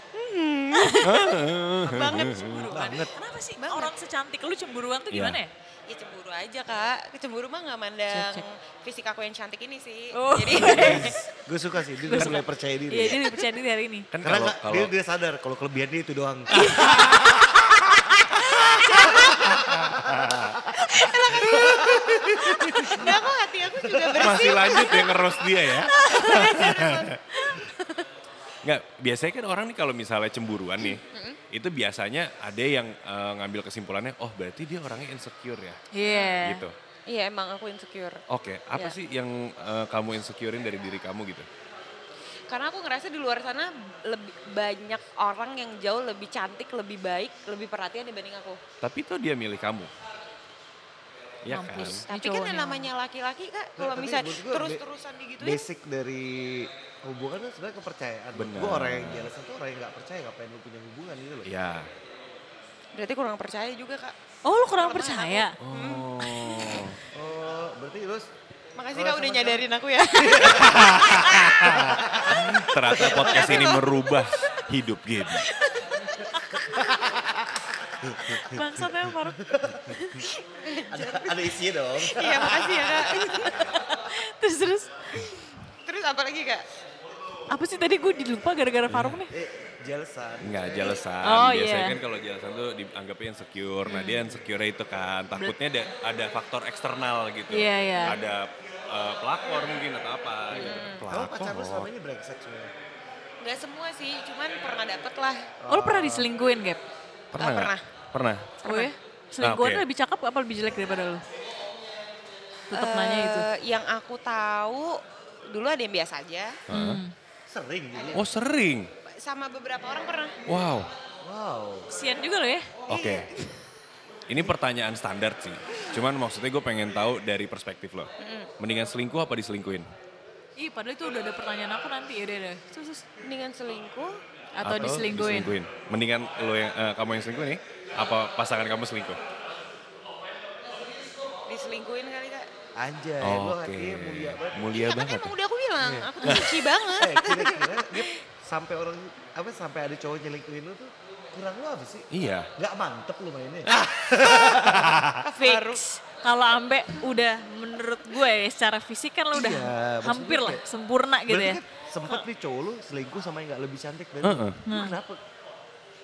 Banget
kan.
cemburuan. Kenapa sih
Banget.
orang secantik lu cemburuan tuh
Iya.
gimana ya?
ya cemburu aja kak cemburu mah nggak mandang
Cek, cek.
fisik aku yang cantik ini sih
Oh.
jadi
Gue suka sih, dia udah mulai percaya diri.
Iya, dia udah percaya diri hari ini.
Kan
Karena
kalau
nggak-
kalau
dia dia sadar kalau kelebihan dia itu doang.
Iya, nggak kok hati aku juga bersih
masih lanjut ya ngeros
*laughs*
dia
Iya,
ya. Nggak, biasanya kan orang nih kalau misalnya cemburuan nih, itu biasanya ada yang eh, ngambil kesimpulannya, oh berarti dia orangnya insecure ya,
Iya.
gitu.
iya emang aku insecure
Oke, apa
Ya.
sih yang eh, kamu insecurein dari diri kamu gitu?
Karena aku ngerasa di luar sana lebih banyak orang yang jauh lebih cantik, lebih baik, lebih perhatian dibanding aku.
Tapi tuh dia milih kamu. Ya kan?
Mampus.
Tapi
Ini
kan
cowoknya.
yang namanya lagi-lagi kak, kalau
Nah, Tapi
misalnya
menurut gua be-
terus-terusan gitu ya, digituin,
Basic dari hubungan kan sebenarnya kepercayaan.
Benar.
Gue orang yang jelas itu orang yang gak percaya ngapain lu punya hubungan gitu loh.
Ya.
berarti kurang percaya juga kak.
Oh, lu kurang percaya? Hmm.
Oh. *laughs*
Oh, berarti
*laughs*
terus
Makasih
Kalau
kak udah
sama
nyadarin aku ya.
Ternyata podcast ini merubah hidup Gaby.
Bangsat ya, Faruk.
ada, ada isinya dong.
Iya makasih ya kak.
Terus, terus.
Terus apa lagi kak?
Apa sih tadi gue dilupa gara-gara Faruk nih?
Eh, jelesan.
Enggak, jelesan.
Oh,
Biasanya
iya. Hmm.
kan kalau jelesan tuh dianggapnya insecure. Nah, dia insecure itu kan. Takutnya ada, ada faktor eksternal gitu.
Iya, iya. Hmm.
Ada eh, pelakor mungkin atau apa gitu.
Kamu pacar lu selama ini brengsek sebenarnya.
Gak semua sih, cuman pernah dapet lah.
Oh, lu pernah diselingkuin, Gap?
Pernah
Ah,
nggak?
pernah.
Pernah.
Oh ya? Selingkuhan
oke.
lebih cakep apa lebih jelek daripada lu? Tetep nanya gitu. itu.
Eh, Yang aku tahu dulu ada yang biasa aja,
Hmm.
Sering gitu.
Oh, sering.
sama beberapa orang pernah.
Wow.
Wow.
Kesian juga lo ya.
Oke. Ini pertanyaan standar sih. Cuman maksudnya gue pengen tahu dari perspektif lo.
Hmm.
Mendingan selingkuh apa diselingkuhin?
Ih, padahal itu udah ada pertanyaan aku nanti. Yaudah, udah. Terus, terus.
Mendingan selingkuh
Atau diselingkuhin?
Mendingan lo yang eh, kamu yang selingkuh nih, apa pasangan kamu selingkuh?
Diselingkuhin kali kak.
Anjay, lo
Oh,
hatinya mulia banget.
Mulia
Kan
Iya banget. ya?
emang udah aku bilang, aku tuh suci banget.
Eh, kira-kira Gap, sampai orang apa sampai ada cowok nyelingkuhin lo tuh kurang lo apa sih?
Iya.
Gak mantep lo mainnya.
Fix. Kalau Ambe udah menurut gue ya, secara fisik kan lo udah
Iya, maksud
hampir
gue
lah
kayak-
sempurna gitu
Berarti
ya.
kan sempet nih cowok lo selingkuh sama yang gak lebih cantik dari lo.
Heeh.
Lu Kenapa?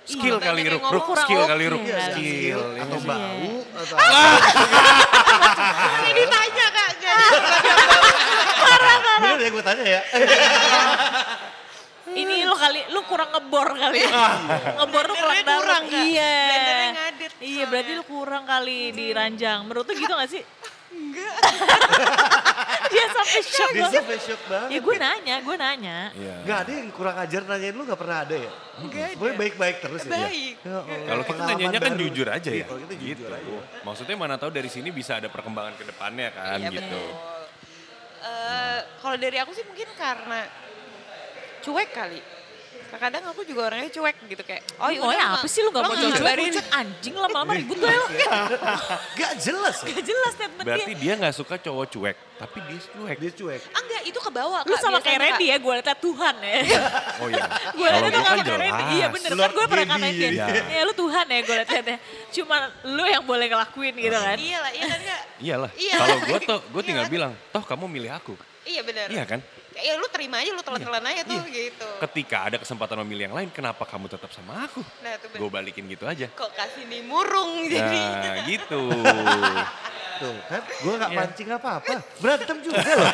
Skill
Iya,
kali
kayak
ruk,
ngomong
ruk,
kurang
skill
oke
kali ruk,
kali.
skill.
Skill
Iya
atau
sih.
bau atau
Ini ditanya kak, jadi
Bener ya gue tanya ya.
Ini lo kali, lo kurang ngebor kali ya. ngebor lo kurang
Blendernya
dalam.
kurang, Kak.
iya.
Blendernya ngadet
Iya berarti lo
soalnya.
kurang kali di ranjang. Menurut lo gitu gak sih? Enggak. *laughs* Dia sampai shock.
Dia
gua.
sampai shock
Ya
banget.
gue nanya, gue nanya.
Iya.
Gak ada yang kurang ajar nanyain lu gak pernah ada ya? Enggak Sebenernya baik-baik terus ya?
Baik.
Ya Allah,
Kalau kita
pengalaman
nanyanya kan
baru.
jujur aja
Iya,
ya.
Kalau kita jujur aja.
Maksudnya mana tahu dari sini bisa ada perkembangan ke depannya kan
Iya,
gitu.
betul. Eh, kalau dari aku sih mungkin karena cuek kali. Kadang aku juga orangnya cuek gitu kayak.
Oh,
ya udah,
ya
Ma.
apa sih lu gak mau
Lo
jujur?
ngabarin.
Pucat anjing lama-lama ribut gue lo.
Gak jelas ya?
Gak jelas statement dia.
Berarti dia nggak suka cowok cuek, tapi dia cuek.
Dia cuek.
Ah, enggak, itu ke bawah.
Lu sama kayak Randy ya, gue liatnya Tuhan ya.
Oh iya.
gue liatnya tuh sama
Kalau gue kan
kayak Randy.
jelas.
Iya bener, kan
Lord
gue pernah
Randy.
katain dia.
Iya.
Ya lu Tuhan ya gue liatnya. Cuma lu yang boleh ngelakuin gitu kan.
Iya lah, iya kan enggak?
Iyalah.
Iya.
Kalau gue tuh, gue
Iya.
tinggal bilang, toh kamu milih aku.
Iya benar.
Iya kan? Iya.
Ya lu terima aja, lu telan-telan aja tuh gitu.
Ketika ada kesempatan memilih yang lain, kenapa kamu tetap sama aku?
Nah, itu bener.
Gue balikin gitu aja.
Kok kasih nih murung jadi.
Nah gitu.
Tuh kan, gue
Iya.
gak pancing apa-apa. Berantem juga
*laughs*
loh.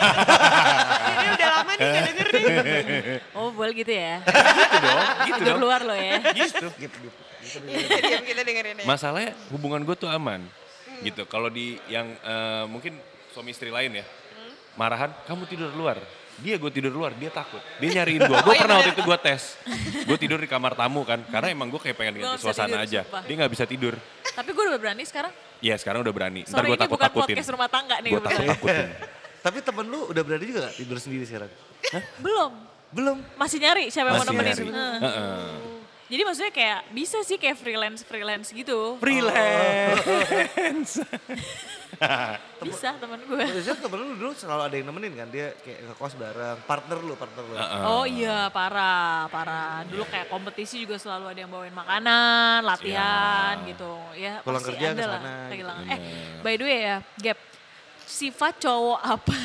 Ini udah lama nih gak denger nih.
Oh *laughs* boleh gitu ya.
gitu dong, gitu
Agak
dong.
keluar lo ya.
Gitu.
Gip, gip. Bisa
Ya, diam kita dengerin ya.
Masalahnya hubungan gue tuh aman. Gitu. Kalau di yang eh, mungkin suami istri lain ya. Marahan, kamu tidur luar. Dia gue tidur luar, dia takut. Dia nyariin
*laughs*
gue.
Oh, iya,
Gue pernah waktu itu gue tes. Gue tidur di kamar tamu kan. Karena emang gue kayak pengen
Gua nggak
ganti
bisa
suasana
tidur,
aja.
sumpah.
Dia gak bisa tidur.
Tapi gue udah berani sekarang.
Iya sekarang udah berani. Ntar
Sore
gue
ini
takut
bukan
takutin.
podcast rumah tangga nih.
Gue takut
kebetulan.
takutin.
Tapi temen lu udah berani juga gak tidur sendiri sekarang?
Belum.
Belum.
Masih nyari siapa Oh. yang mau
Masih
nemenin. Heeh.
nyari. Heeh.
Jadi maksudnya kayak bisa sih kayak freelance-freelance gitu. *laughs*
Freelance.
Bisa temen gue.
Biasanya temen lu dulu selalu ada yang nemenin kan? Dia kayak ngekos bareng. Partner lu, partner lu.
Oh iya parah, parah. Dulu kayak kompetisi juga selalu ada yang bawain makanan, latihan gitu. Ya
Pulang
pasti
kerja
ada
ke
lah
sana, gitu.
kehilangan. Eh by the way ya Gap, sifat cowok
*laughs*
apa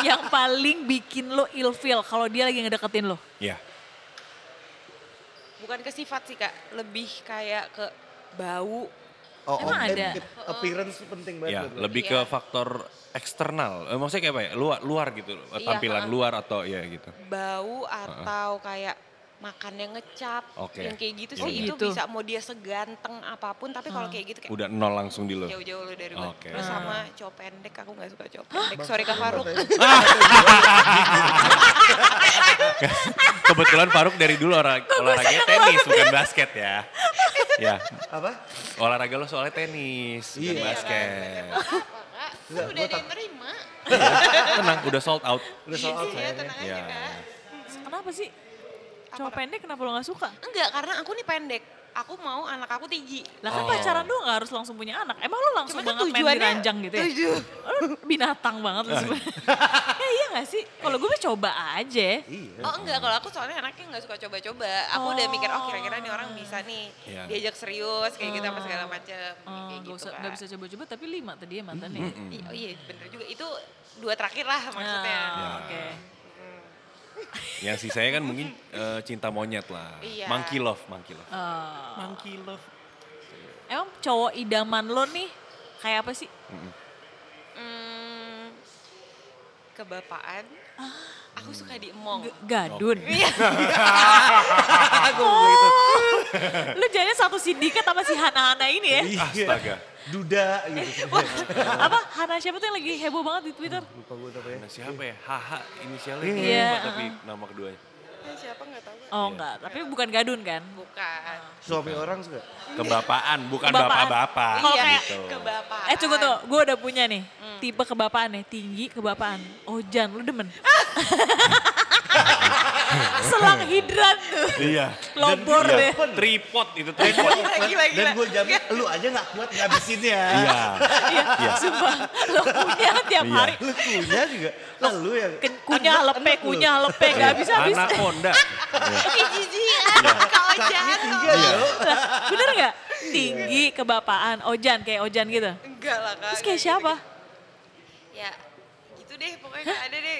yang paling bikin lo ilfeel kalau dia lagi ngedeketin lo?
Ya.
Bukan ke sifat sih kak, lebih kayak ke bau.
Oh,
Emang
eh,
ada?
eh, appearance tuh penting banget.
Ya,
buat lu.
lebih
Iya.
ke faktor eksternal. Eh, maksudnya kayak apa ya? Luar, luar gitu.
Iya,
Tampilan
ha-ha.
luar atau ya gitu.
Bau atau kayak makannya ngecap.
Oke.
Yang kayak gitu
Oh,
sih, itu
gitu.
bisa mau dia seganteng apapun. Tapi kalau kayak gitu kayak
Udah nol langsung di lo.
jauh-jauh lu dari gue.
Oke.
Terus sama cowok pendek, aku gak suka cowok pendek. Sorry Kak Faruk. *laughs*
Kebetulan Faruk dari dulu olah, olahraganya tenis bukan basket ya. ya,
Apa?
olahraga lo soalnya tenis bukan
Iya.
basket.
Kak,
Enggak, gua
udah ada
tak-
yang terima.
Tenang, udah sold out.
Udah soal
Iya,
saya.
tenang aja
Ya.
kak.
Kenapa sih? Cowok pendek kenapa lo gak suka?
Enggak, karena aku nih pendek. Aku mau anak aku tinggi.
Lah kan pacaran doang gak harus langsung punya anak. Emang lo langsung
Cuma kan
banget main di
tujuannya-
ranjang gitu ya?
tujuan-
Lo binatang banget lo sebenernya. *laughs* ya iya gak sih? Kalau gue mah coba aja.
Iya.
Oh enggak, kalau aku soalnya anaknya nggak suka coba-coba. Aku udah mikir, oh kira-kira nih orang bisa nih
Iya.
diajak serius kayak gitu apa segala macem.
Oh,
kayak
gak,
gitu
usah,
Kak.
gak bisa coba-coba tapi lima tadi ya mantannya.
I- Oh iya bener juga, itu dua terakhir lah maksudnya.
Ah, Oke.
Iya. Yang sisanya kan mungkin eh, cinta monyet lah.
Iya.
Monkey love, monkey love.
Ah.
Monkey love.
Emang cowok idaman lo nih kayak apa sih?
Hmm, kebapaan,
Ah.
aku suka diemong.
G- gadun.
Iya.
Iya.
Oh.
Ah, gua mau gitu.
Lu jadinya satu sindikat sama si Hana-Hana ini
Iya.
ya.
Astaga.
Duda gitu. *laughs*
apa Hana siapa tuh yang lagi heboh banget di Twitter?
Lupa gue namanya.
Nah, siapa ya? Haha inisialnya. gue
Iya,
lupa tapi nama keduanya.
Eh, siapa nggak tahu
Iya.
Kak.
Oh enggak, tapi bukan gadun kan?
Bukan.
Suami orang suka.
Kebapaan, bukan
Kebapaan.
bapak-bapak. Gitu.
Kalau
iya,
kayak-
kebapaan.
Ah. Eh tunggu tuh, gue udah punya nih.
Mm.
ya, Oh,
*laughs*
Tipe kebapaan nih, tinggi kebapaan. Ojan, lu demen. Selang hidran tuh.
Iya.
Lobor
Iya.
deh.
Tripod itu tripod.
*laughs*
Gila, gila.
Dan gue jamin lu aja gak kuat ya. ngabisinnya.
Iya.
Iya, sumpah. Lo kunyah tiap
Iya.
hari.
Lu kunyah juga. Lalu ya.
Ke- Kunyah, lepe,
lu.
kunyah, lepe.
Iya,
Gak habis-habis.
Anaconda.
Ih jijik,
Iya.
ah, Kak
Kakinya
Ojan.
tiga ya.
Iya.
lo.
Bener gak? Tinggi, kebapaan, ojan, kayak ojan gitu.
Enggak lah Kak.
Terus kayak siapa?
Ya gitu deh pokoknya nggak ada deh.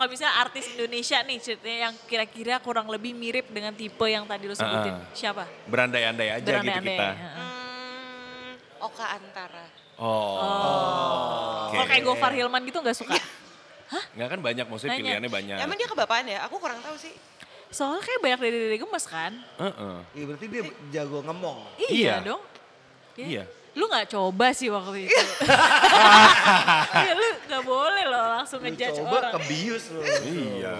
Kalau misalnya artis Indonesia nih ceritanya yang kira-kira kurang lebih mirip dengan tipe yang tadi lo sebutin.
Ah.
Siapa?
Berandai-andai aja gitu
Berandai-andai. ya.
kita.
Heeh.
Hmm, Oka Antara.
Oh. Oke.
Kalau kayak Gofar Hilman gitu gak suka?
Enggak kan banyak maksudnya
Banyak.
pilihannya banyak.
Emang dia kebapaan ya? Aku kurang tahu sih.
Soalnya kayak banyak dede-dede gemes kan?
Heeh.
Iya berarti dia jago ngemong.
Iya.
Iya, dong.
Iya.
Lu gak coba sih waktu
*laughs*
itu. Iya, lu gak boleh loh langsung
Lu
ngejudge
coba
orang.
kebius lu.
Iya.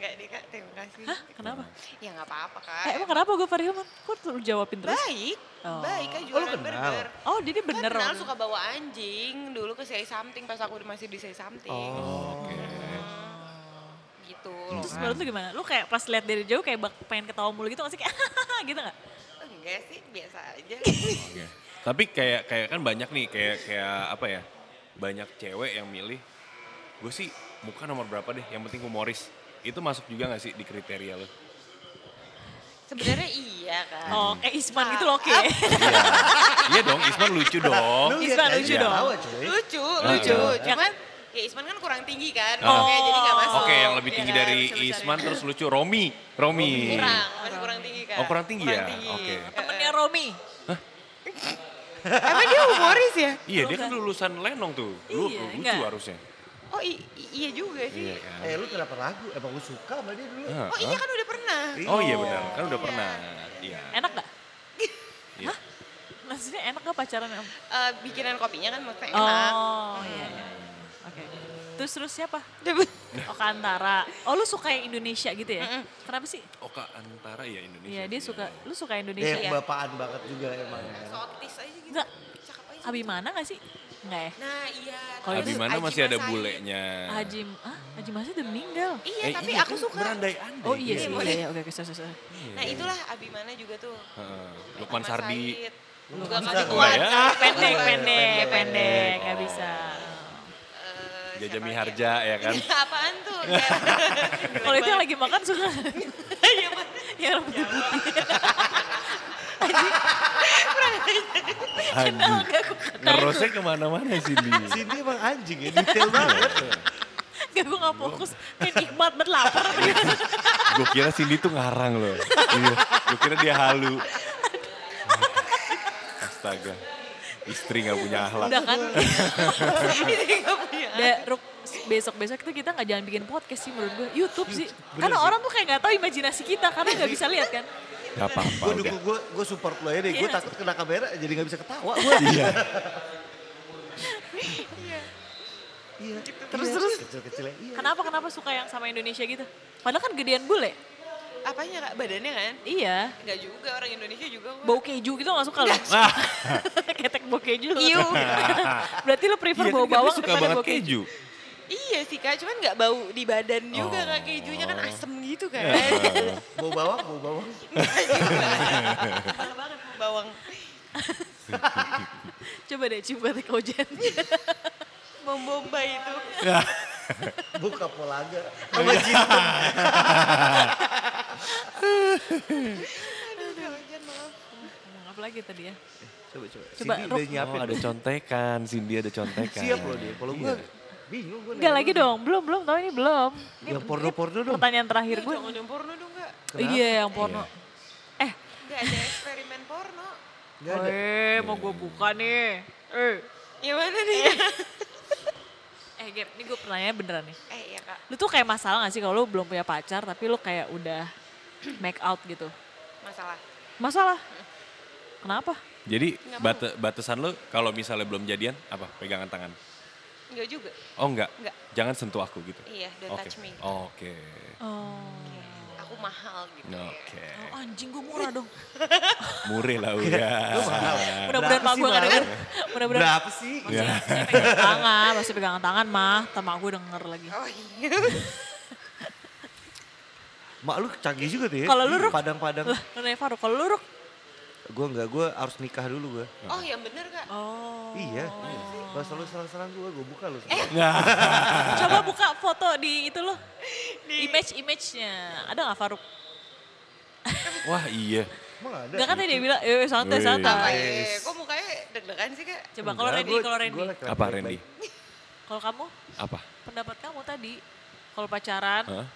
Enggak deh Kak, terima kasih.
Kenapa?
Ya nggak apa-apa Kak.
Eh, emang kenapa Gofar Hilman? Kok lu jawabin terus?
Baik,
Oh.
baik Kak
Oh, lu
jualan
kenal?
burger.
Oh, jadi bener.
Kan kenal
waktu itu.
suka bawa anjing dulu ke Say Something pas aku masih di Say Something.
Oke.
Gitu loh.
Terus menurut lu gimana? Lu kayak pas lihat dari jauh kayak bak- pengen ketawa mulu gitu gak sih? Kayak gitu gak?
Enggak sih, biasa
*laughs*
aja.
Oke. Tapi kayak kayak kan banyak nih kayak kayak apa ya? Banyak cewek yang milih gue sih muka nomor berapa deh, yang penting humoris. Itu masuk juga gak sih di kriteria lo?
Sebenarnya iya kan.
Oh, kayak Isman gitu loh, oke.
Iya. iya dong, Isman lucu dong.
Lu
Isma
lihat aja,
lucu
nggak
dong.
tahu, cuy.
Lucu,
Ah,
Oh,
lucu.
iya.
Cuman ya Isman kan kurang tinggi kan.
Ah.
Makanya jadi gak masuk.
Oke, yang lebih
Iya
tinggi
kan?
dari
Coba cari.
Isman terus lucu Romi. Romi.
Kurang, masih kurang tinggi kan.
Oh, kurang tinggi ya? Oke.
*laughs* Temennya Romi.
*laughs* Emang dia humoris ya?
Iya, dia kan lulusan Lenong tuh. Lu
Iya,
lucu
enggak.
harusnya.
Oh i- i- iya juga sih.
Iya kan.
Eh lu kenapa ragu? Emang lu suka sama dia dulu? Eh,
Hah?
Oh iya kan udah pernah.
Oh iya benar, kan udah pernah. Iya.
Enak gak?
Iya.
Hah? Maksudnya enak gak pacaran? sama-
Eh, bikinan kopinya kan maksudnya enak. Hmm.
Oh, iya, iya. Oke. Terus terus siapa?
Coba-
Oh, ke Antara. Oh, lu suka yang Indonesia gitu ya?
Mm-mm.
Kenapa sih?
Oka Antara ya Indonesia.
Iya, dia suka. Lu suka
Dia
Indonesia? ya?
Iya.
kebapaan banget juga emang. ya.
Sotis aja gitu.
Enggak.
Cakep aja.
Abimana gak sih? Enggak ya?
Nah iya.
Kalau
Terus
itu
Abimana
Haji
masih ada
Masai.
bulenya.
Haji, ah, Haji Masih udah meninggal.
Iya
Eh,
tapi
iya,
aku
kan
suka.
Berandai-andai.
Oh iya
dia.
sih,
boleh.
iya, iya, oke, oke, sorry, sorry, sorry.
Nah itulah Abimana juga tuh.
Heeh. Lukman
Lukman
Sardi.
Said. Juga
Lukman
kan
Sardi.
Lukman.
Ya.
*laughs*
Pendek, pendek,
pendek,
pendek, gak bisa.
Eh,
Jaja
siapa
Miharja
lagi? Iya,
ya kan?
*laughs* Apaan
*laughs*
tuh?
Kalau itu yang lagi makan suka. Iya, *laughs* yang rambutnya putih. Kenal
Anjing.
gak gue kenal
Ngerosnya kemana-mana sih dia.
Cindy emang anjing ya, detail banget.
Iya.
Gak gue gak fokus. Kayak nikmat banget lapar.
Gue kira Cindy tuh ngarang loh. Iya. Gue kira dia halu. Astaga. Istri gak punya akhlak.
Udah kan.
Gak punya.
Da- Ruk, besok-besok itu kita gak jangan bikin podcast sih menurut gue. Youtube sih. Karena orang tuh kayak gak tahu imajinasi kita. Karena gak bisa lihat kan.
Gak apa-apa
Gue
udah.
dukung, gue gue support lo aja deh. Gue
Iya.
takut kena kamera jadi gak bisa ketawa gue.
Iya.
Iya.
Terus, terus.
Kecil-kecilnya. Iya.
Kenapa, kenapa suka yang sama Indonesia gitu? Padahal kan gedean bule.
Apanya kak? Badannya kan?
Iya.
Enggak juga orang Indonesia juga. kok.
Bau keju gitu gak suka loh. *laughs* Ketek bau keju.
Iu.
Berarti lo prefer
Iya,
bau
kan dia
bawang
suka
daripada
banget
bau keju.
keju.
Iya sih kak, cuman nggak bau di badan juga
Oh.
kak kejunya kan asem gitu
*laughs*
kan.
Heeh.
Bau bawang, bau bawang.
Mahal banget bau bawang.
Coba deh cium ketek ojen.
Bom bombay itu.
Buka polaga. Sama cinta.
Aduh, Kak Ojan maaf.
Ngomong apa lagi tadi ya?
Coba, coba.
Coba,
Cindy
Ruk.
udah nyiapin.
Oh, ada Iya. contekan, Cindy ada contekan.
Siap loh dia. Kalau gue bingung gue.
Enggak lagi dong, belum, belum, tahu ini belum. Ini
Yang porno-porno dong.
pertanyaan terakhir gue.
Jangan yang porno dong kak.
Iya, yang porno. Eh,
Gak ada eksperimen porno.
Nggak ada.
eh, mau gue buka nih. Eh,
Ya mana nih?
eh Gap, ini gue pertanyaannya beneran nih.
eh iya kak,
Lu tuh kayak masalah gak sih kalau lu belum punya pacar tapi lu kayak udah *clears throat* make out gitu?
masalah.
Masalah. Kenapa?
Jadi bata- batasan lo kalau misalnya belum jadian apa? Pegangan tangan.
Enggak juga.
Oh enggak.
Enggak.
Jangan sentuh aku gitu.
Iya, don't
Oke.
touch me.
Oke.
Oh.
Aku aku mahal gitu.
Oke.
Oh, anjing gue murah dong.
Murih lah
Iya.
udah.
Mudah-mudahan
Ah. Nah, Berapa
mak
sih, Nah,
gue gak
Mar?
denger. *laughs* Iya. Mudah-mudahan.
Berapa sih?
Masih,
Iya.
masih pegang tangan, masih pegangan tangan mah. Temak gue denger lagi.
Oh iya.
Mak lu canggih juga tuh ya.
Kalau lu, Ruk?
Padang-padang.
Lah, lu nanya Faruk, kalau lu Ruk?
Gue enggak, gue harus nikah dulu gue.
Oh yang bener kak.
Oh. Eh.
Iya. Gak selalu serang-serang gue, gue buka lu.
Coba buka foto di itu lo. Image-image-nya. Ada gak Faruk?
Wah iya.
Emang ada?
Gak kan tadi dia bilang, eh santai,
Wih.
Apa
santai.
ya?
Guys.
Kok mukanya deg-degan sih kak?
Coba kalau Randy, kalau Randy.
Apa Randy?
Kalau kamu,
Apa?
pendapat kamu tadi. Kalau pacaran,
Hah?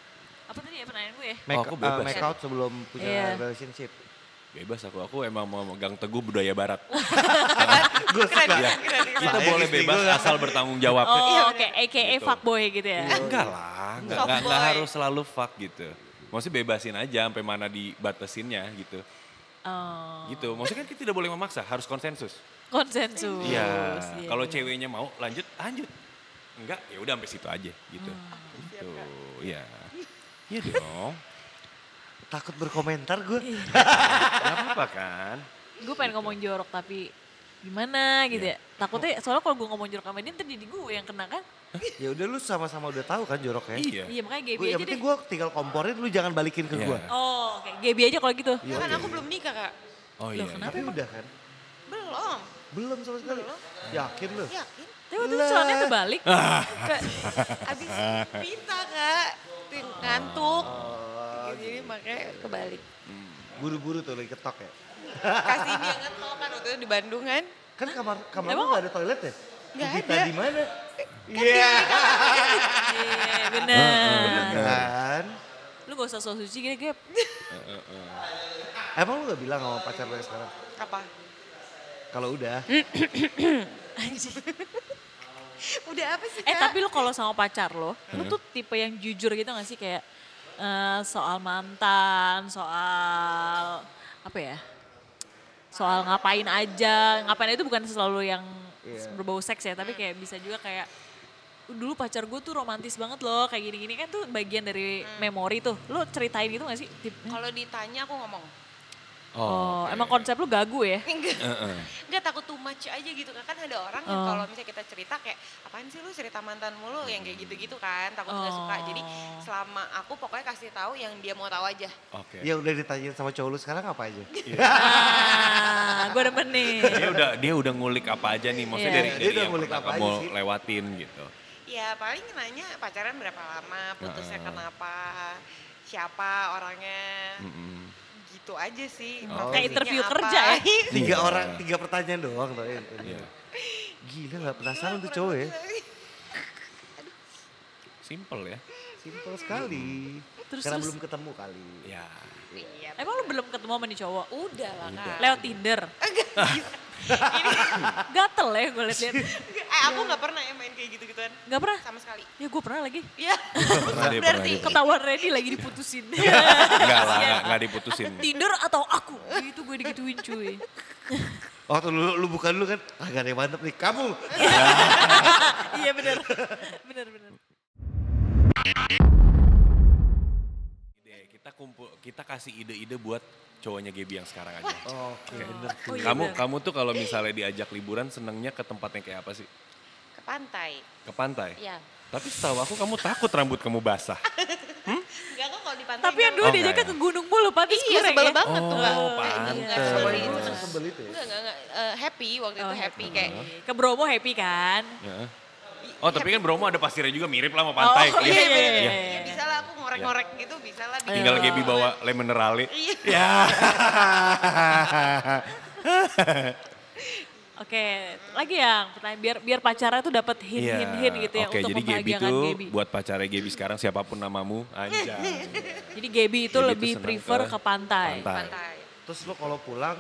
apa tadi ya pertanyaan gue ya?
Make,
Oh, aku
uh,
bebas.
make out sebelum punya
Iya.
relationship.
Bebas aku. Aku emang mau megang teguh budaya barat.
Gue suka.
Iya. Kita
Saya
boleh
istri
bebas
gua.
asal bertanggung jawab.
Oh, oke, aka
Gitu.
fuckboy gitu ya.
Eh, enggak lah, enggak,
Soft
enggak, enggak
boy.
harus selalu fuck gitu. Maksudnya bebasin aja sampai mana dibatasinnya gitu.
Oh,
Gitu, maksudnya kan kita tidak boleh memaksa, harus konsensus.
konsensus.
Iya.
Iya,
Kalau
iya.
ceweknya mau lanjut, lanjut. Enggak, ya udah sampai situ aja gitu.
Hmm.
Gitu. Iya. Iya dong.
Takut berkomentar
Iya.
gue.
Enggak apa-apa kan?
gue pengen ngomong jorok tapi gimana gitu ya.
Iya.
Takutnya soalnya kalau gue ngomong jorok sama dia ntar jadi gue yang kena kan.
Ya udah lu sama-sama udah tahu kan Oh, joroknya.
Iya.
Iya makanya
Gua,
Gaby
yang
aja deh.
penting gue tinggal komporin lu jangan balikin ke
Iya.
gue.
Oh oke Gaby aja kalau gitu.
Iya.
Nah, kan aku belum nikah kak.
Oh iya.
kenapa?
Tapi udah kan?
Belum.
Belum sama sekali. Yakin lu?
Iya.
Yakin?
Tapi waktu itu celananya terbalik.
Ya, Kak, abis minta kak. Tuh, Ngantuk. Jadi makanya kebalik.
Buru-buru tuh lagi ketok ya.
Kasih dia ngetol kan waktu itu di Bandung kan.
Kan kamar kamar lu
Emang-
gak ada toilet ya?
Nggak
Kita
ada.
di mana?
Iya bener.
Kan?
Lu gak usah sok suci gini Gap.
Emang lu gak bilang sama pacar lu yang sekarang?
Apa?
Kalau udah,
Anjing.
Udah apa sih kak?
Eh tapi lu kalau sama pacar lo, lu
Iya.
tuh tipe yang jujur gitu gak sih kayak eh, soal mantan, soal apa ya? Soal ngapain aja, ngapain itu bukan selalu yang
Iya.
berbau seks ya, tapi kayak bisa juga kayak dulu pacar gue tuh romantis banget loh kayak gini-gini kan tuh bagian dari
Hmm.
memori tuh. Lu ceritain gitu gak sih? Tip-
Iya.
Kalau ditanya aku ngomong.
Oh,
oke.
emang konsep lu gagu ya?
Enggak.
Heeh.
Enggak gitu. takut too much aja gitu kan. Kan ada orang yang
Oh.
kalau misalnya kita cerita kayak apaan sih lu cerita mantan mulu yang kayak gitu-gitu kan. Takut nggak suka. Jadi
Oh.
selama aku pokoknya kasih tahu yang dia mau tahu aja.
Oke.
Iya.
ya udah ditanyain sama cowok lu sekarang apa aja?
Ah, gue demen nih.
Dia udah dia udah ngulik apa aja nih maksudnya
Iya.
dari
Dia
dari
udah
yang
ngulik
pernah
apa
kamu
aja sih?
lewatin gitu.
Ya paling nanya pacaran berapa lama, putusnya
Heeh.
kenapa, siapa orangnya.
Mm-mm.
Gitu aja
Oh.
sih. profesinya
Kayak interview
apa.
kerja ya?
Tiga
Iya.
orang, tiga pertanyaan doang tuh. Iya.
Iya.
Gila gak penasaran tuh cowok ya.
Simple ya.
Simpel sekali.
Terus-
Karena
terus.
belum ketemu kali.
Ya.
Iya.
*laughs* Emang lu belum ketemu sama nih cowok?
Udah lah kak.
Lewat Tinder? Ini gatel ya gue liat-liat.
Eh aku nggak pernah ya main kayak gitu-gituan.
Gak pernah?
Sama sekali.
Ya gue pernah lagi.
Iya.
Pernah deh, pernah
Berarti
gitu.
Ketahuan Randy lagi diputusin. *laughs*
Enggak lah, enggak- enggak diputusin.
Tinder atau Iya. aku? Nah, Itu gue digituin cuy.
Waktu Oh, lu, lu buka dulu kan, ah gak ada yang mantep nih. Kamu,
iya bener. Bener bener.
Ide, Kita kumpul, kita kasih ide-ide buat cowoknya Gaby yang sekarang aja.
Oke, bener tuh.
Oh, iya
kamu
bener.
kamu tuh kalau misalnya diajak liburan senengnya ke tempat yang kayak apa sih?
Ke pantai.
Ke pantai.
Iya.
Tapi setahu aku kamu takut rambut kamu
*laughs*
basah.
Enggak kok kalau di pantai.
Tapi yang
nggak-
dulu
Oh,
dia
enggak
diajak ke gunung mulu, pantes
Iya
kurang
sebel
ya.
banget tuh kak.
Oh,
Enggak
pantes.
sebel
Sama
itu.
ibu yang sebel itu ya?
Enggak, enggak, enggak. Eh, happy waktu itu
Oh,
happy kayak.
Ke Bromo happy kan?
Ya. Oh tapi kan Bromo ada pasirnya juga mirip lah sama pantai.
Oh, iya, iya, iya.
Ya bisa lah aku ngorek-ngorek gitu bisa lah. bikin-
Tinggal Gaby bawa lem minerali.
Iya.
Ya.
Oke, lagi yang pertanyaan biar biar pacarnya tuh dapat hint hint hint gitu ya
Iya. Oke,
untuk
jadi Gaby
membahagiakan
tuh
Gaby.
buat pacarnya Gaby sekarang siapapun namamu, anjay.
Jadi Gaby itu
Gaby tuh
lebih
senang
prefer
ke
ke pantai.
Pantai.
Pantai.
Terus lu kalau pulang,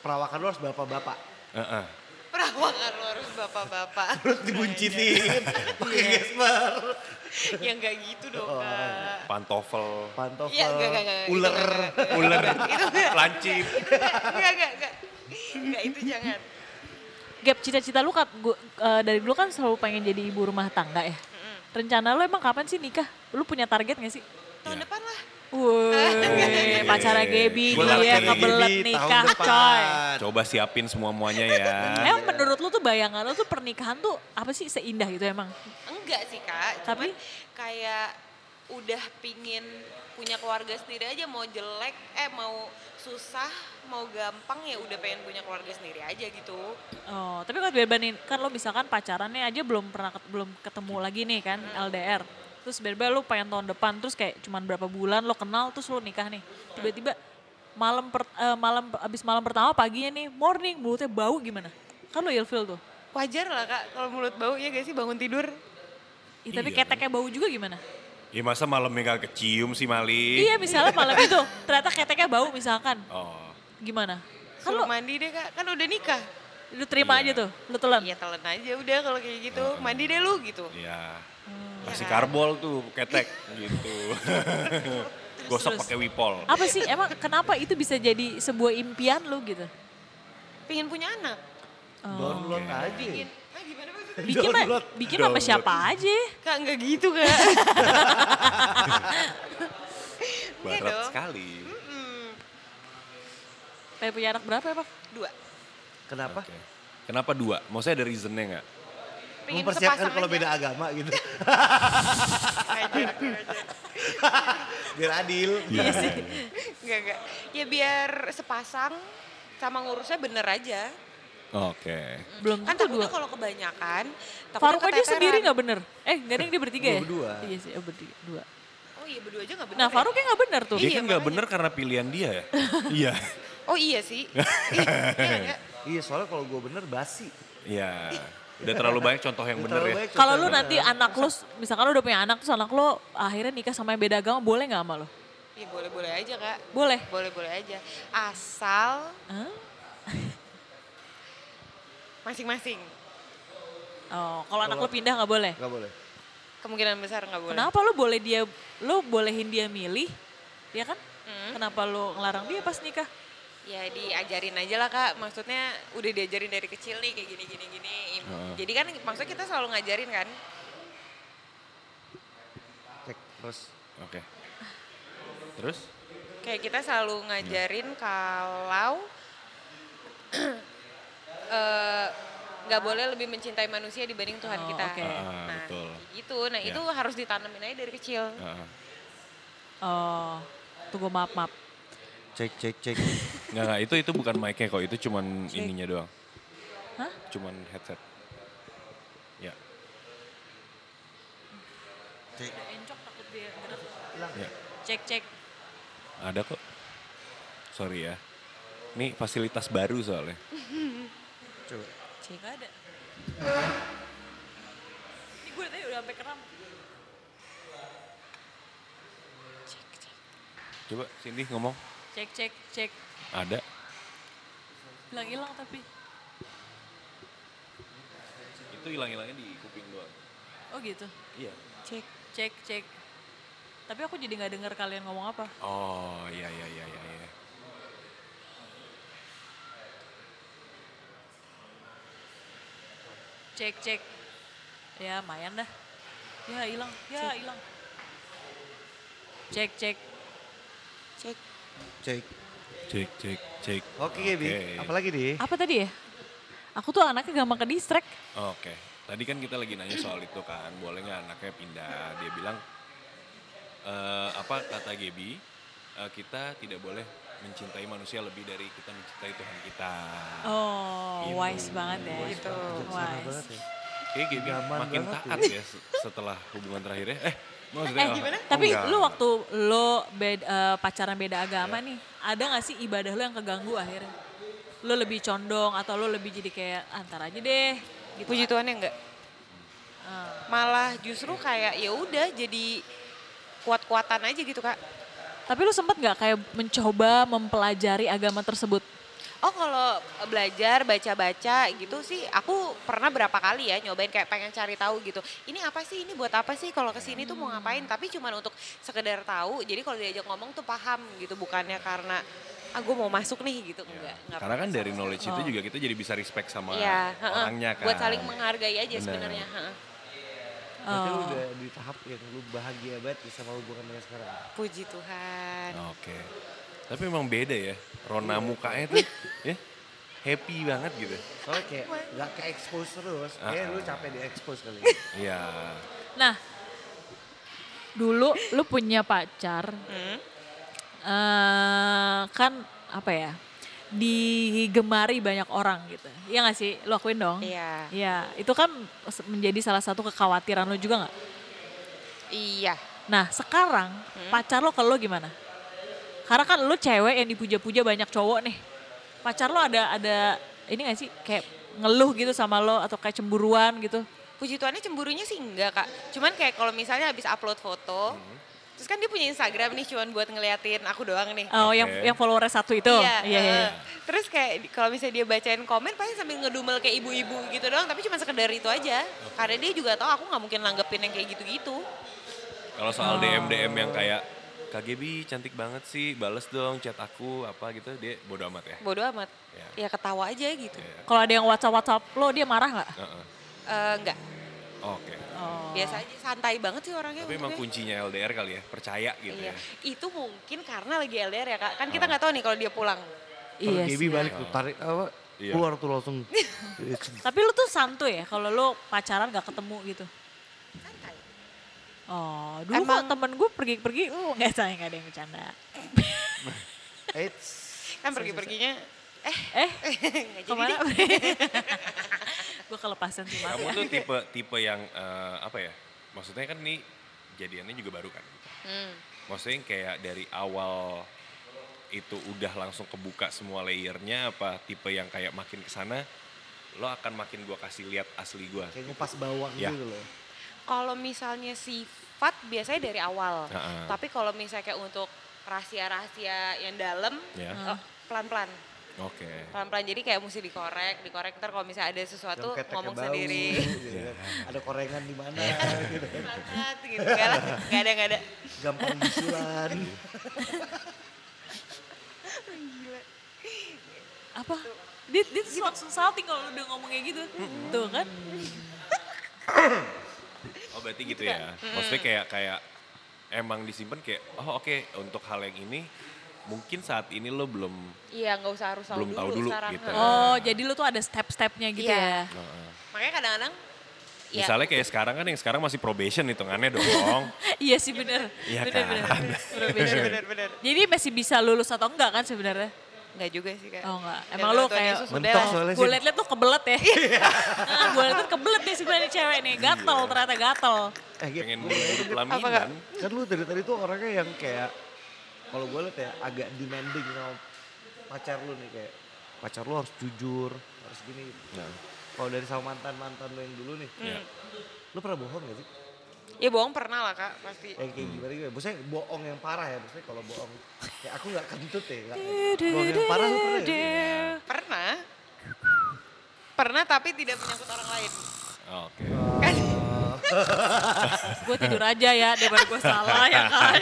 perawakan lu harus bapak-bapak.
Heeh.
Perawakan lu harus bapak-bapak.
Terus *laughs* dibuncitin, pakai gesper.
Iya.
ya enggak gitu dong kak.
Pantofel.
Pantofel,
Iya, enggak, enggak, enggak.
uler.
Ular. Lancip.
Enggak, enggak, enggak. Enggak itu jangan.
Gap cita-cita lu kat, gua, eh, dari dulu kan selalu pengen jadi ibu rumah tangga ya. Rencana lu emang kapan sih nikah? Lu punya target gak sih?
Tahun depan lah.
*laughs* Wuih, pacara Gaby
Gua
dia
laki-laki
kebelet
Gaby tahun
Iya, nikah
depan.
coy.
Coba siapin semua-muanya ya.
Emang menurut lu tuh bayangan lu tuh pernikahan tuh apa sih seindah gitu emang?
Enggak sih kak,
Tapi?
cuman kayak udah pingin punya keluarga sendiri aja mau jelek, eh mau susah, mau gampang ya udah pengen punya keluarga sendiri aja gitu.
Oh, tapi kalau berbanding kan lo misalkan pacarannya aja belum pernah ket- belum ketemu lagi nih kan LDR. Terus tiba-tiba lo pengen tahun depan terus kayak cuman berapa bulan lo kenal terus lo nikah nih. Tiba-tiba malam per, eh, malam abis malam pertama paginya nih morning mulutnya bau gimana? Kan lo ilfil tuh.
Wajar lah kak kalau mulut bau ya gak sih bangun tidur.
Ih, tapi
Iya.
keteknya bau juga gimana?
Ya masa malamnya gak kecium sih Mali?
Iya misalnya malam itu ternyata keteknya bau misalkan.
Oh.
Gimana? Kan
Suruh
lo,
mandi deh kak, kan udah nikah.
lo terima aja tuh, lo telan.
Iya telan aja udah kalau kayak gitu, mandi deh lu gitu.
Iya. Kasih karbol tuh ketek gitu. Gosok
terus. Ah,
pakai wipol.
Apa sih emang kenapa itu bisa jadi sebuah impian lo gitu?
Pengen punya anak.
Oh.
Download aja.
Ah gimana maksudnya?
Bikin mah-
Download.
bikin sama
Download.
siapa aja?
Kak nggak gitu kak. Iya
Barat
dong.
sekali.
Pengen punya anak berapa ya, Pak?
Dua.
Kenapa?
Oke. Kenapa dua? Maksudnya ada reasonnya nggak?
Pengen
Mempersiapkan
sepasang
kalau
aja. *laughs*
beda agama *laughs* gitu.
Ajar, ajar.
Biar adil.
Iya sih.
Enggak, enggak. Ya biar sepasang sama ngurusnya bener aja.
Oke.
Belum
Kan
tentu dua.
takutnya kalau kebanyakan, takutnya
Faruk aja
keteteran.
sendiri gak bener. Eh, gak ada yang dia bertiga ya?
Gua berdua.
Iya sih, oh, bertiga. Dua.
Oh iya berdua aja gak bener.
Nah,
ya?
Faruknya gak bener tuh.
Dia
Iya,
kan nggak
makanya.
bener karena pilihan dia ya? Iya.
Oh iya
*laughs*
sih. Iya, iya, iya.
Iya soalnya kalau gue bener basi.
Iya. Udah terlalu banyak contoh yang bener ya?
Kalau lu nanti anak lu, misalkan lu udah punya anak, terus anak lu akhirnya nikah sama yang beda agama, boleh gak sama lu?
Ya boleh-boleh aja kak.
Boleh.
Boleh-boleh aja. Asal
Hah?
masing-masing.
Oh, kalau anak lu pindah gak boleh?
Gak boleh.
Kemungkinan besar nggak boleh.
Kenapa lu boleh dia, lu bolehin dia milih, ya kan?
Hmm.
Kenapa lu ngelarang dia pas nikah?
Ya diajarin aja lah kak, maksudnya udah diajarin dari kecil nih kayak gini-gini-gini. Jadi kan maksudnya kita selalu ngajarin kan.
Cek terus.
Oke. Terus?
Kayak kita
Iya.
selalu ngajarin kalau *clears throat* eh, nggak boleh lebih mencintai manusia dibanding Tuhan
Oh,
kita.
oke.
Ah,
Nah,
betul. Ah,
gitu. Nah,
Ya.
itu harus ditanamin aja dari kecil.
Heeh.
Oh, tunggu maaf, maaf.
Cek cek cek.
Nggak, nggak, itu itu bukan mic-nya kok, itu cuman ininya doang.
Hah?
Cuman headset. Ya.
Encok takut dia
Ya.
Cek, cek.
Ada kok. Sorry ya. Ini fasilitas baru soalnya.
Coba.
Cek nggak ada. Ini gue tadi udah sampai keram. Cek, cek,
Coba Cindy ngomong.
cek, cek, cek.
Ada.
Hilang hilang tapi.
Itu hilang-hilangnya di kuping doang.
Oh gitu.
Iya.
Cek, cek, cek. Tapi aku jadi nggak dengar kalian ngomong apa.
Oh, iya iya iya iya. iya.
Cek, cek. Ya, mayan dah. Ya, hilang. Ya, hilang. Cek, cek.
Cek.
Cek.
Cek cek cek.
Oke Gaby. Apalagi nih?
Apa tadi ya? Aku tuh anaknya gampang ke distract.
Oke. Tadi kan kita lagi nanya soal itu kan, boleh nggak anaknya pindah? Dia bilang eh, apa kata Gaby? eh, kita tidak boleh mencintai manusia lebih dari kita mencintai Tuhan kita.
Oh,
Gitu.
wise banget ya.
Gitu.
Parah
Wise.
Iya, banget ya.
Oke, Gaby
Nyaman
makin
banget
taat ya se- setelah hubungan terakhirnya. Eh, maksudnya
Eh
apa?
*laughs* gimana?
Oh,
Tapi
enggak.
lu waktu lu bed- eh, pacaran beda agama nih, ada gak sih ibadah lu yang keganggu akhirnya? Lu lebih condong atau lu lebih jadi kayak antar aja deh gitu.
Puji Tuhan ya enggak. Ah. Malah justru kayak ya udah jadi kuat-kuatan aja gitu, Kak.
Tapi lu sempat gak kayak mencoba mempelajari agama tersebut?
Oh kalau belajar baca-baca gitu sih aku pernah berapa kali ya nyobain kayak pengen cari tahu gitu. Ini apa sih ini buat apa sih kalau kesini tuh mau ngapain? Tapi cuman untuk sekedar tahu. Jadi kalau diajak ngomong tuh paham gitu bukannya karena ah gue mau masuk nih gitu enggak. enggak
Karena kan
pernah
dari
sama
knowledge
Oh.
itu juga kita jadi bisa respect sama
sekali. Iya, heeh.
orangnya kan.
Buat saling menghargai aja
Benar.
sebenarnya. heeh.
Oke,
Berarti lu udah di tahap yang lu bahagia banget nih sama hubungan dengan sekarang.
Puji Tuhan.
Oke. Tapi memang beda ya.
Iya.
Rona mukanya tuh *laughs* ya happy banget gitu.
Soalnya kayak gak ke expose terus,
Ah.
kayak lu capek di expose kali. ya.
Iya.
Nah, dulu lu punya pacar, eh, kan apa ya, digemari banyak orang gitu. Iya gak sih? Lu akuin dong.
Iya.
Iya, itu kan se- menjadi salah satu kekhawatiran lu juga gak?
Iya.
Nah sekarang pacar lo ke lo gimana? Karena kan lo cewek yang dipuja-puja banyak cowok nih. Pacar lo ada ada ini gak sih kayak ngeluh gitu sama lo atau kayak cemburuan gitu?
Puji Tuhannya cemburunya sih enggak kak. Cuman kayak kalau misalnya habis upload foto,
Hmm.
terus kan dia punya Instagram nih cuman buat ngeliatin aku doang nih.
Oh yang
Oke.
yang followernya satu itu?
Iya.
Iya, iya, iya.
eh. Terus kayak di- kalau misalnya dia bacain komen paling sambil ngedumel kayak ibu-ibu gitu doang, tapi cuma sekedar itu aja. Karena dia juga tahu aku nggak mungkin nanggepin yang kayak gitu-gitu.
Kalau
Oh.
soal DM DM yang kayak KGB cantik banget sih, bales dong chat aku apa gitu, dia bodo amat ya. Iya,
Bodoh amat. Ya ketawa aja gitu.
Kalau ada yang WhatsApp WhatsApp lo dia marah nggak?
Heeh.
Eh, enggak.
Oke.
Biasa aja santai banget sih orangnya.
Tapi emang
untungnya.
kuncinya LDR kali ya, percaya gitu ya.
Iya.
Ah.
Itu mungkin karena lagi LDR ya kak. Kan kita nggak tahu nih kalau dia pulang.
Kalau
*laughs* Iya.
Gaby
sih.
balik tuh, tarik apa,
Iya.
keluar tuh *laughs* langsung.
Tapi lo tuh santuy ya kalau lo pacaran gak ketemu gitu?
Santai.
Oh, dulu
Emang-
kok temen gue pergi-pergi, uh nggak sayang nggak ada yang bercanda.
Eits.
Kan pergi-perginya. Eh,
Eh,
*laughs* nggak jadi
kemana?
deh.
gue kelepasan sih maaf
Kamu
ya.
tuh tipe tipe yang eh, apa ya? Maksudnya kan nih jadiannya juga baru kan.
Hmm.
Maksudnya yang kayak dari awal itu udah langsung kebuka semua layernya apa tipe yang kayak makin kesana lo akan makin gua kasih lihat asli gua.
Kayak ngupas bawang
Iya.
gitu loh.
Kalau misalnya sifat biasanya dari awal.
Heeh.
Tapi kalau misalnya kayak untuk rahasia-rahasia yang dalam,
Ya.
eh, pelan-pelan.
Oke.
Pelan-pelan jadi kayak mesti dikorek, dikorek ntar kalau misalnya ada
Yang
sesuatu
keteknya
ngomong
bau,
sendiri. *laughs*
gitu
Iya.
kan. Ada korengan di mana gitu. kan.
Banget gitu. Enggak lah, enggak ada, enggak ada.
Gampang bisulan.
Iya.
apa Gitu. dia, dia tuh langsung salting kalau udah ngomong kayak gitu tuh kan
Oh berarti gitu ya. Maksudnya kayak kayak emang disimpan kayak oh oke untuk hal yang ini mungkin saat ini lo belum
Iya, enggak usah harus tahu
Belum
dulu,
tahu dulu,
sekarang.
gitu.
Heeh.
oh jadi lu tuh ada step-stepnya gitu
Nah. Iya.
ya
Makanya kadang-kadang ya,
misalnya kayak sekarang kan yang sekarang masih probation hitungannya dong.
*laughs* iya sih bener
Iya
bener, bener,
kan?
bener, bener,
Iya.
bener.
*laughs* bener bener
jadi masih bisa lulus atau enggak kan sebenarnya
Enggak juga sih, Kak.
oh enggak
Dan
emang lu
Tuhan
kayak
Eh, Yesus
Mentok
udahlah.
soalnya
gue
sih.
liat-liat tuh kebelet ya Ah, gue liat kebelet nih sebenarnya nih cewek nih gatel ternyata gatel
Eh, Gap,
Pengen
gua liat
buru-buru
tuh,
Apakah?
pelaminan.
kan lu dari tadi tuh orangnya yang kayak kalau gue liat ya agak demanding sama pacar lu nih kayak pacar lu harus jujur harus gini gitu.
Iya.
kalau dari sama mantan mantan lu yang dulu nih
Ya.
Iya.
lu pernah bohong gak sih
Ya bohong pernah lah, Kak, pasti.
yang
Hmm.
kayak gimana gitu maksudnya bohong yang parah ya maksudnya kalau bohong ya aku nggak kentut ya
*laughs*
nggak bohong yang parah lu pernah gak
Eh.
sih?
Pernah. Pernah tapi tidak menyangkut orang lain.
Oke.
Kan
gue tidur aja ya daripada gue salah ya kan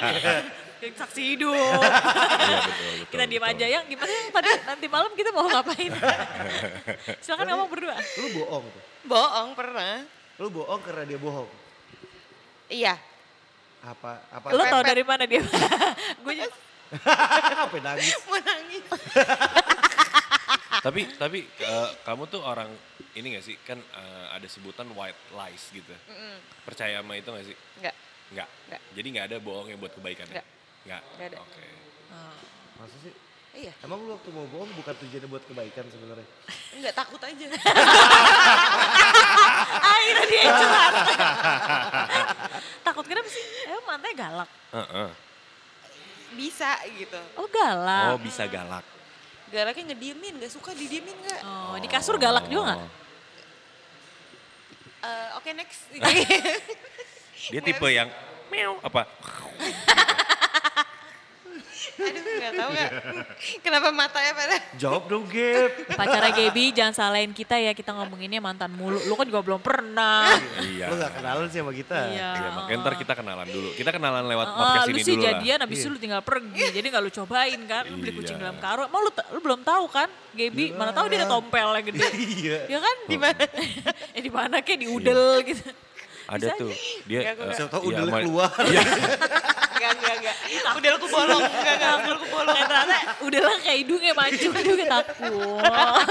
Kayak saksi hidup
Iya, betul, betul,
kita diem
betul.
aja yang gimana yang tadi nanti malam kita mau
*laughs*
ngapain silakan ngomong berdua
lu bohong tuh
bohong pernah.
lu bohong karena dia bohong
*laughs* Iya.
apa apa
lo tau dari mana dia *laughs* gue
apa ya, nangis
Mau nangis.
tapi tapi eh, kamu tuh orang ini gak sih kan eh, ada sebutan white lies gitu
Hmm.
percaya sama itu gak sih
Enggak.
nggak
Nggak.
jadi nggak ada bohong yang buat kebaikan ya?
Nggak.
nggak
Nggak ada.
oke
maksud sih
Iya.
emang lu waktu mau bohong bukan tujuannya buat kebaikan sebenarnya
Enggak takut aja.
akhirnya "Ah, dia yang
*laughs*
curhat takut kenapa sih emang mantai galak
Heeh.
*laughs* Bisa gitu.
oh
oh
galak
bisa galak
Galaknya ngediemin, gak suka didiemin gak?
oh di kasur galak juga nggak
Oh.
Eh, Oke next.
dia tipe yang meow apa
*laughs* Aduh gak tau gak. *laughs* Kenapa ya, matanya pada. *laughs*
jawab dong Gap
pacara Gaby jangan salahin kita ya kita ngomonginnya mantan mulu lu kan juga belum pernah
iya
Lu gak kenalan sih sama kita.
Iya,
iya
makanya ntar kita kenalan dulu. Kita kenalan lewat
Ah,
podcast
lu
ini
sih
dulu lah.
jadian habis itu lu tinggal pergi. Jadi gak lu cobain kan. Lu beli kucing
Iya.
dalam karung. Emang lu, t- lu belum tahu kan? Gaby, mana tahu
*laughs*
dia ada tompelnya gede.
Oh.
Iya.
*laughs*
Iya.
ya kan? Di mana? eh di mana kayak di udel gitu.
Ada tuh. Dia
Enggak, gua
eh,
enggak.
Siapa tahu
iya,
udah
ma- *laughs*
keluar.
Enggak, enggak, enggak. Udah aku bolong, enggak, enggak, udah aku bolong.
Eh, Ternyata udahlah kayak hidungnya mancung
*laughs*
juga takut.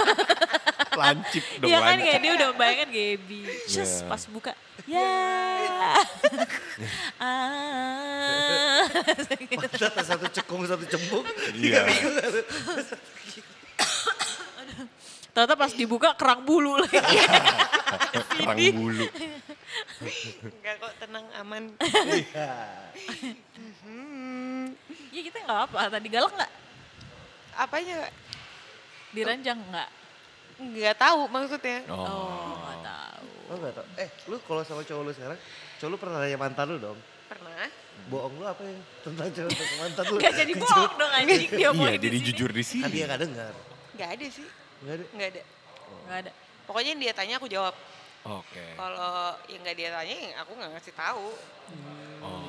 Lancip
*laughs*
dong.
Iya kan
lancip.
kayak dia udah bayangin Gaby. Terus
Iya.
pas buka,
*laughs*
ya. Ah. *laughs*
Pantat satu cekung satu cembung.
Iya.
Ternyata pas dibuka kerak bulu
*laughs*
lagi.
Kerang bulu.
Enggak kok, tenang, aman. Hmm,
Iya kita nggak apa, tadi galak nggak?
Apanya?
Diranjang nggak?
Enggak tahu maksudnya.
Oh.
Oh nggak tahu.
Lo gak tau. Eh lu kalau sama cowok lu sekarang, cowok lu pernah nanya mantan lu dong?
Pernah?
Bohong lu apa ya tentang cowok tentang mantan lu?
Gak jadi bohong dong anjing dia
Iya,
omongin di
jadi
sini.
jujur di
Kan
sini.
dia gak dengar.
Enggak ada sih.
Gak ada.
Enggak ada.
Nggak ada.
Pokoknya yang dia tanya aku jawab.
Oke.
Oh.
Kalau yang enggak dia tanya, yang aku enggak ngasih tahu.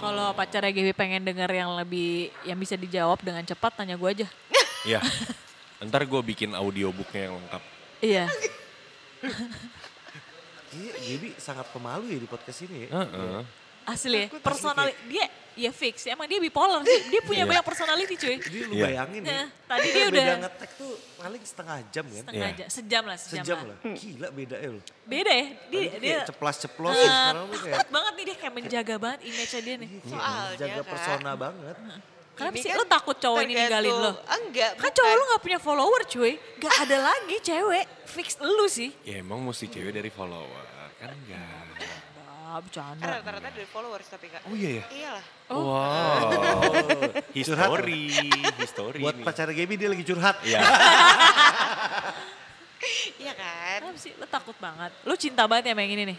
Kalau pacarnya Gaby pengen denger yang lebih, yang bisa dijawab dengan cepat tanya gue aja. *laughs*
Iya. Ntar gue bikin audiobooknya yang lengkap.
Iya.
Iya, Gaby sangat pemalu ya di podcast ini ya.
Heeh.
Asli ya, personal dia ya fix. Emang dia bipolar sih. Dia punya
Iya.
banyak personality cuy.
Jadi lu
Iya.
bayangin nih.
Nah, tadi dia
beda
udah-
ngetek tuh paling setengah jam kan.
Setengah
Iya.
aja, sejam lah, sejam,
Sejam
lah.
lah. Gila bedanya lu.
Beda ya, dia,
Tadi tuh
dia
kayak ceplas-ceplos
eh,
ya. Sekarang lu
*laughs*
kayak Iya.
takut banget nih dia kayak menjaga banget image-nya dia nih.
Soalnya
kan.
jaga
Kak,
persona banget.
Kenapa
ini
sih
kan
lu takut cowok ini ninggalin lo?
tergantung- Enggak.
Kan
bukan.
cowok lu gak punya follower cuy, gak ada lagi cewek, fix lu sih.
Ya emang mesti cewek dari follower. Kan enggak.
Ah,
Kan
bercanda.
Rata-rata dari followers tapi kak.
Oh iya ya?
Iyalah.
Oh.
Wow.
Curhat nggak?
Oh, History. History
Buat
nih.
pacar Gaby dia lagi curhat.
Iya.
Iya kan?
Kenapa sih, lu takut banget. Lu cinta banget ya sama yang ini nih.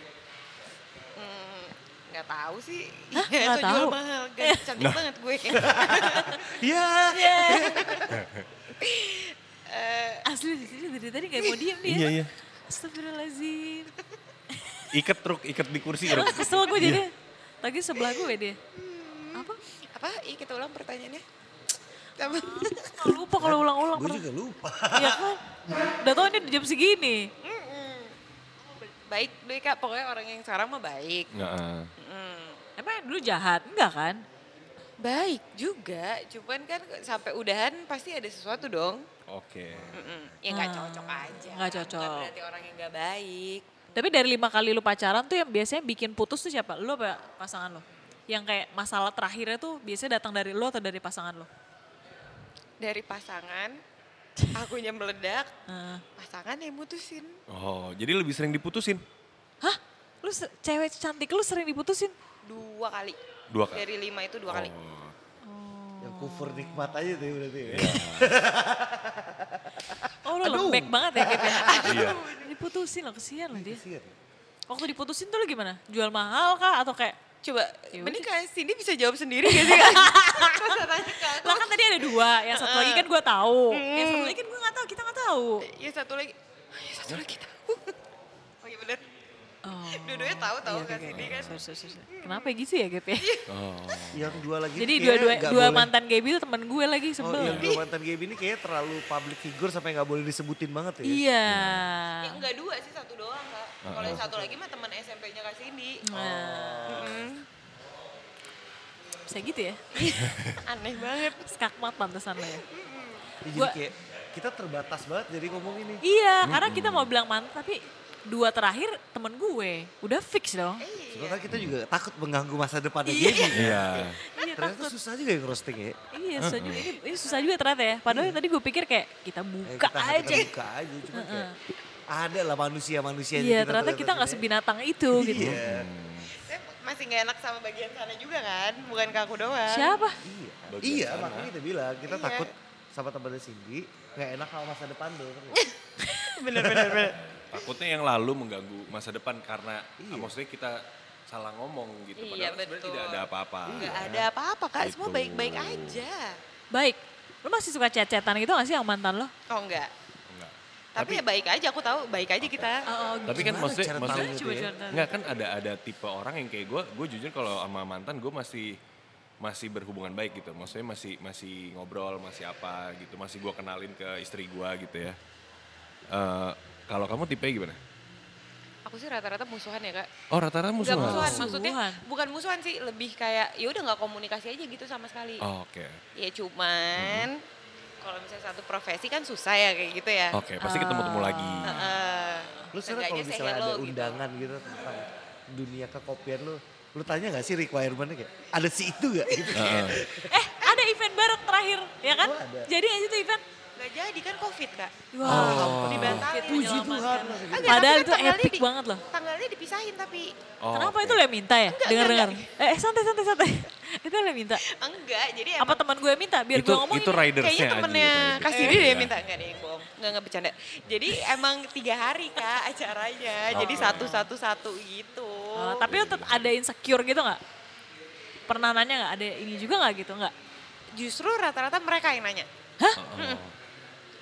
Hmm, Enggak tahu sih.
Hah,
Iya,
nggak
*laughs* itu jual
tahu? Eh.
mahal. Gak, cantik
Nah.
banget
*laughs*
gue.
Iya.
Asli di sini dari tadi gak mau diem dia.
Iya, iya.
Astagfirullahaladzim.
Iket truk, iket di kursi. Ruk.
Alah, *laughs* Kesel gue jadi.
Iya.
Lagi sebelah gue dia. Apa?
Apa? Iya kita ulang pertanyaannya. Apa?
Nggak Lupa kalau ulang-ulang.
Gue
pernah.
juga lupa.
Iya kan? Udah tau ini jam segini.
*laughs* baik deh kak, pokoknya orang yang sekarang mah baik.
Nggak, eh.
Mm.
Emang yang dulu jahat? Enggak kan?
Baik juga, cuman kan sampai udahan pasti ada sesuatu dong.
Oke.
Mm-mm. Ya nggak cocok aja.
Ah. nggak cocok.
Nggak berarti orang yang nggak baik.
Tapi dari lima kali lu pacaran tuh yang biasanya bikin putus tuh siapa? Lu apa pasangan lu? Yang kayak masalah terakhirnya tuh biasanya datang dari lu atau dari pasangan lu?
Dari
*laughs*
pasangan, akunya meledak,
Heeh.
pasangan yang mutusin.
Oh, jadi lebih sering diputusin?
Hah? Lu se- cewek cantik lu sering diputusin?
Dua kali.
Dua kali?
Dari lima itu dua kali.
Oh.
Yang cover nikmat aja tuh berarti. ya.
Iya.
Oh lu lembek banget ya Gap ya?
Iya.
Diputusin lo, kesian lo dia.
Kasihan.
Waktu diputusin tuh lu gimana? Jual mahal kah atau kayak?
Coba,
Ya
mending kak Cindy bisa jawab sendiri gak sih kak? Terus saya tanya ke aku.
*laughs* Lah kan tadi ada dua, yang satu lagi kan gue tahu, yang satu lagi kan gue nggak tahu, kita nggak tahu.
Ya satu lagi, Ah, ya satu lagi tahu. *laughs* oh iya bener.
Oh.
Dua-duanya tahu tahu kak Cindy kan.
Sorry, sorry, sorry. Kenapa ya gitu ya Gap ya?
Iya.
Oh.
Yang dua lagi
Jadi
ini
dua dua,
kayaknya nggak
dua
boleh.
mantan Gaby itu teman gue lagi
Oh,
sebel.
yang dua mantan Gaby ini kayaknya terlalu public figure sampai nggak boleh disebutin banget ya.
iya.
Ya, enggak dua sih, satu doang kak.
Oh,
Kalau yang satu lagi mah teman SMP-nya kak Cindy.
Nah,
Mm.
bisa gitu ya.
*laughs* Aneh banget.
Skakmat pantesan lo ya.
Ya, jadi
Gua-
kayak kita terbatas banget jadi ngomong ini.
Iya, karena kita mau bilang mantan tapi dua terakhir temen gue. Udah fix dong.
Iya.
Sebenarnya kita juga takut mengganggu masa depannya Gaby.
Iya.
Iya,
Ternyata
takut.
susah juga yang roasting ya.
Iya, susah juga. Ini, ini susah juga ternyata ya. Padahal tadi gue pikir kayak kita
Iya. Eh,
buka
kita,
aja.
Kita buka aja, cuma kayak ada lah manusia-manusia yang
Iya, ternyata kita nggak
sini.
sebinatang itu gitu.
Iya.
Hmm.
Saya masih nggak enak sama bagian sana juga kan, bukan ke aku doang.
Siapa?
Iya, iya makanya kita bilang kita
Iya.
takut sama temannya Cindy nggak enak sama masa depan tuh.
Bener bener bener.
Takutnya yang lalu mengganggu masa depan karena ah, maksudnya kita salah ngomong gitu. Padahal
Iya,
sebenarnya
betul.
tidak ada apa-apa.
Nggak ada apa-apa kak, semua
Gitu.
baik-baik aja.
Baik. Lu masih suka cecetan gitu gak sih yang mantan lo?
Oh enggak.
Enggak.
Tapi, ya baik aja, aku tahu baik aja kita.
Oh,
gitu.
Tapi kan
Gimana
maksudnya,
cara tahu
maksudnya
coba
gitu ya?
contoh.
Enggak kan ada ada tipe orang yang kayak gue, gue jujur kalau sama mantan gue masih masih berhubungan baik gitu. Maksudnya masih masih ngobrol, masih apa gitu, masih gue kenalin ke istri gue gitu ya. Eh, kalau kamu tipe gimana?
Aku aku sih rata-rata musuhan ya kak.
Oh rata-rata musuhan.
Nggak musuhan,
Musuhan.
maksudnya bukan musuhan sih, lebih kayak ya udah nggak komunikasi aja gitu sama sekali.
Oh, Oke,
Ya cuman kalau misalnya satu profesi kan susah ya kayak gitu ya.
oke pasti ketemu-temu lagi.
Heeh.
Lu sekarang kalau
Seenggaknya say
ya
misalnya
hello
ada
gitu.
undangan gitu tentang dunia kekopian lu, lu tanya gak sih requirement-nya kayak ada si itu gak gitu kayak.
Eh ada event bareng terakhir ya kan?
Oh, ada.
Jadi aja tuh event.
Nggak jadi kan covid kak.
Oh.
ya
Wah,
dibatalin.
Puji Tuhan. masih gitu.
Agak,
Padahal
tapi
itu
kan tanggalnya
epic
di-
banget loh.
Tanggalnya dipisahin tapi
Oh,
Kenapa
oke.
itu lo yang minta ya?
Enggak,
Dengar dengar.
enggak,
Eh eh, santai santai santai. *laughs* itu lo yang minta.
enggak jadi
Apa
emang
teman gue yang minta? Biar
itu
gue ngomongin. ya.
itu ridersnya
kayaknya
aja,
temennya
rider.
kasih dia
Iya.
yang minta enggak deh bohong enggak enggak bercanda jadi emang tiga hari kak acaranya
Oh.
jadi satu satu satu gitu
Oh, tapi lo tet- ada insecure gitu nggak? Pernah nanya nggak? Ada ini juga nggak gitu nggak?
justru rata-rata mereka yang nanya orang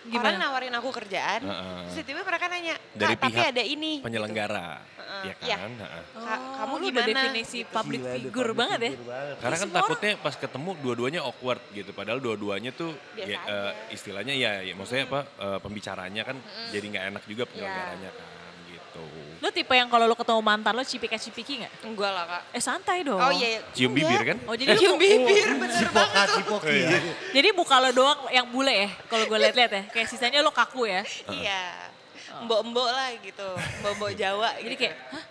Gimana?
nawarin aku kerjaan
Heeh.
terus tiba mereka nanya "Kak,
Dari
tapi
pihak
ada ini
penyelenggara,
Heeh,
ya
iya.
kan? Heeh.
Kak,
Oh,
kamu
lu udah
gimana? Gitu.
definisi public
Gila, the
figure
public
banget ya?
figure banget.
Karena kan
semua orang-
takutnya pas ketemu dua-duanya awkward gitu, padahal dua-duanya tuh
Biasa
ya,
aja.
eh, istilahnya ya, ya maksudnya apa eh, pembicaranya kan jadi nggak enak juga penyelenggaranya kan gitu.
Lo tipe yang kalau lo ketemu mantan lo cipika-cipiki nggak?
enggak lah kak
Eh santai dong.
oh iya iya.
Cium
Enggak.
bibir kan?
Oh jadi lo
cium bibir bener
Cipoka,
banget tuh
cipoki. ya.
Iya.
Jadi muka lo doang yang bule ya, kalau gue liat-liat ya. Kayak sisanya lo kaku ya.
*laughs* iya mbok-mbok lah gitu mbok-mbok Jawa gitu.
Oh. *laughs* Jadi kayak, hah?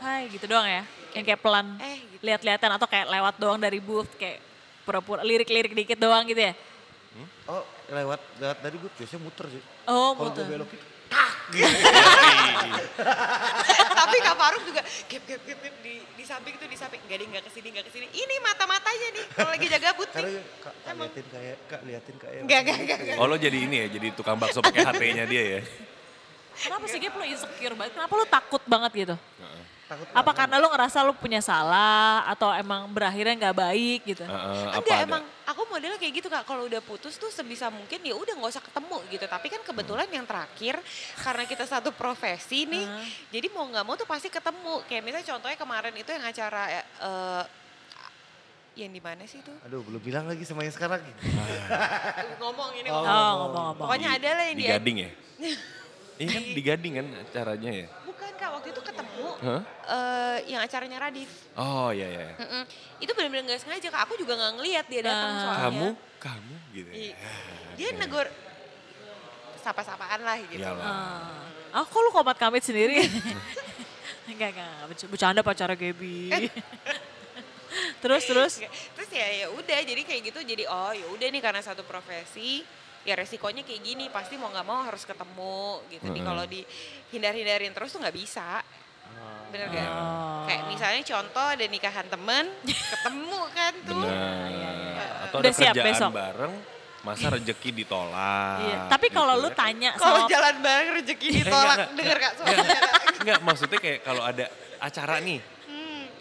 Hai gitu doang ya. Yang kayak pelan
Eh, gitu.
lihat-lihatan atau kayak lewat doang dari booth kayak pura-pura lirik-lirik dikit doang gitu ya.
Oh lewat, lewat dari gue biasanya muter sih.
Oh,
Kalau
muter.
gue belok itu.
*laughs* tapi Kak Faruk juga gap gap gap gap di, di samping tuh di samping nggak deh nggak kesini nggak kesini ini mata matanya nih kalau lagi jaga but
Karena
nih
kak, kak liatin kayak, kak liatin kayak. gitu.
nggak nggak nggak nggak.
Oh lo jadi ini ya, jadi tukang bakso pakai HP-nya dia ya?
Kenapa sih Gap lo insecure banget? Kenapa lo takut banget gitu?
Takut
Apa karena lo ngerasa lo punya salah atau emang berakhirnya nggak baik gitu?
Eh,
Heeh, Eh, apa
Enggak
ada?
emang aku modelnya kayak gitu kak kalau udah putus tuh sebisa mungkin ya udah nggak usah ketemu gitu tapi kan kebetulan yang terakhir karena kita satu profesi nih jadi mau nggak mau tuh pasti ketemu kayak misalnya contohnya kemarin itu yang acara eh, eh, yang di mana sih itu
Aduh belum bilang lagi sama yang sekarang.
Nah,
ngomong ini
Oh,
ngomong.
ngomong-ngomong.
pokoknya ada lah yang
di
di,
Gading ya? Iya kan di Gading kan caranya ya?
*laughs* bukan kak waktu itu ketemu
Hah?
eh, yang acaranya Radif
Oh iya iya.
Mm-mm. Itu benar-benar gak sengaja kak. Aku juga gak ngeliat dia datang soalnya.
Nah. Kamu, kamu gitu
I-
ya.
Dia negor sapa-sapaan lah gitu.
Iyalah.
Ah, kok lu komat kamit sendiri? *laughs* enggak, enggak, enggak. Berc- Bercanda pacara Gaby. *laughs* terus, terus.
Eh,
Kayak- Terus ya ya udah jadi kayak gitu jadi oh ya udah nih karena satu profesi ya resikonya kayak gini pasti mau nggak mau harus ketemu gitu. Di kalau dihindar-hindarin terus tuh nggak bisa. Bener gak?
Oh.
Kayak misalnya contoh ada nikahan temen, ketemu kan tuh.
Nah, atau ada
Udah siap
kerjaan
besok.
bareng, masa rejeki ditolak.
Iya. Tapi kalau
gitu
lu
ya.
tanya
*laughs* Kalau
sama
jalan bareng rezeki ditolak, denger kak
Iya,
suaranya. Kak?
Enggak, maksudnya kayak kalau ada acara nih,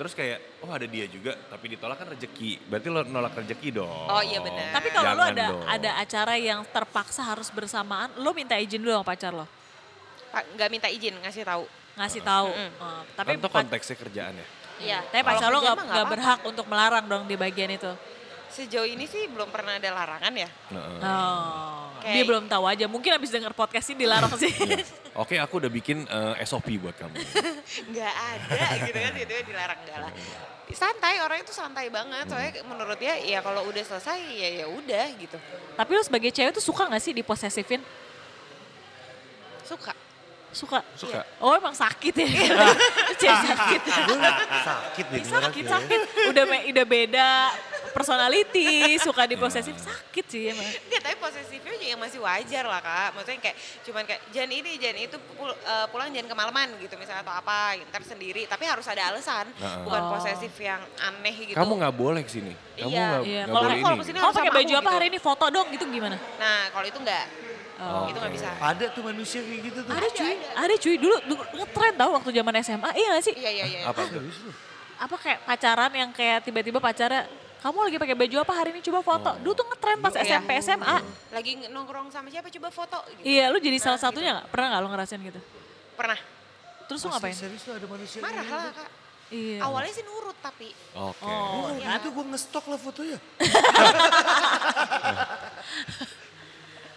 terus kayak, oh ada dia juga, tapi ditolak kan rejeki. Berarti lo nolak rejeki dong.
Oh, iya benar.
Tapi kalau lu
Jangan
ada
dong.
ada acara yang terpaksa harus bersamaan, lu minta izin dulu sama pacar lo.
Pak, Nggak minta izin ngasih tahu.
Ngasih tahu.
Mm-mm.
Oh, tapi
Tapi Tentu
pa-
Kan konteksnya kerjaan ya.
Iya.
tapi pacar lo nggak nggak berhak untuk melarang dong di bagian itu.
Sejauh ini sih belum pernah ada larangan ya.
Heeh.
Oh,
Kayak-
dia belum tahu aja. Mungkin abis denger podcast ini dilarang sih.
Iya. Oke, aku udah bikin eh, SOP buat kamu.
Gitu.
Nggak ada gitu kan, itu dilarang enggak lah.
Iya,
Santai, orang itu santai banget. Soalnya menurut dia ya kalau udah selesai ya ya udah gitu.
*laughs* tapi lu sebagai cewek tuh suka nggak sih diposesifin?
Suka.
Suka.
Suka. Iya. Gitu.
Oh emang sakit ya. *laughs* Cewek sakit. *laughs*
sakit deh. dengeran
sakit
sih ya.
sakit. Udah me- udah beda personality, suka diposesif
Iya.
sakit sih emang.
Enggak, tapi posesifnya juga yang masih wajar lah kak. Maksudnya kayak cuman kayak jangan ini, jangan itu pul- eh, pulang jangan kemalaman gitu misalnya atau apa. Ntar sendiri, tapi harus ada alasan.
Heeh.
Bukan
Oh.
posesif yang aneh gitu.
Kamu nggak boleh kesini. Kamu
Iya,
nggak
Iya,
nggak
kalau kamu
boleh
kalau
ini.
kesini-
kamu
harus
pakai
sama
baju apa
aku gitu.
hari ini foto dong gitu gimana?
Nah kalau itu enggak.
Oh.
Itu nggak bisa.
Ada tuh manusia kayak gitu tuh.
Ada cuy, ada cuy dulu, dulu ngetren tau waktu zaman SMA, iya gak sih?
Iya, iya, iya.
Apa tuh?
Serius lu?
Apa kayak pacaran yang kayak tiba-tiba pacarnya, kamu lagi pakai baju apa hari ini coba
Oh.
foto. Dulu ya. tuh ngetren pas
Iya.
SMP, SMA.
Lagi nongkrong sama siapa coba foto gitu.
Iya, lu jadi salah satunya gak? Pernah gak lu ngerasain gitu?
Pernah.
Terus lu
Asli
ngapain?
Serius lu ada manusia gitu.
Marah lah kak.
Iya.
Awalnya sih nurut tapi.
Oke.
Oh,
Oh,
kan?
itu gue ngestok lah fotonya.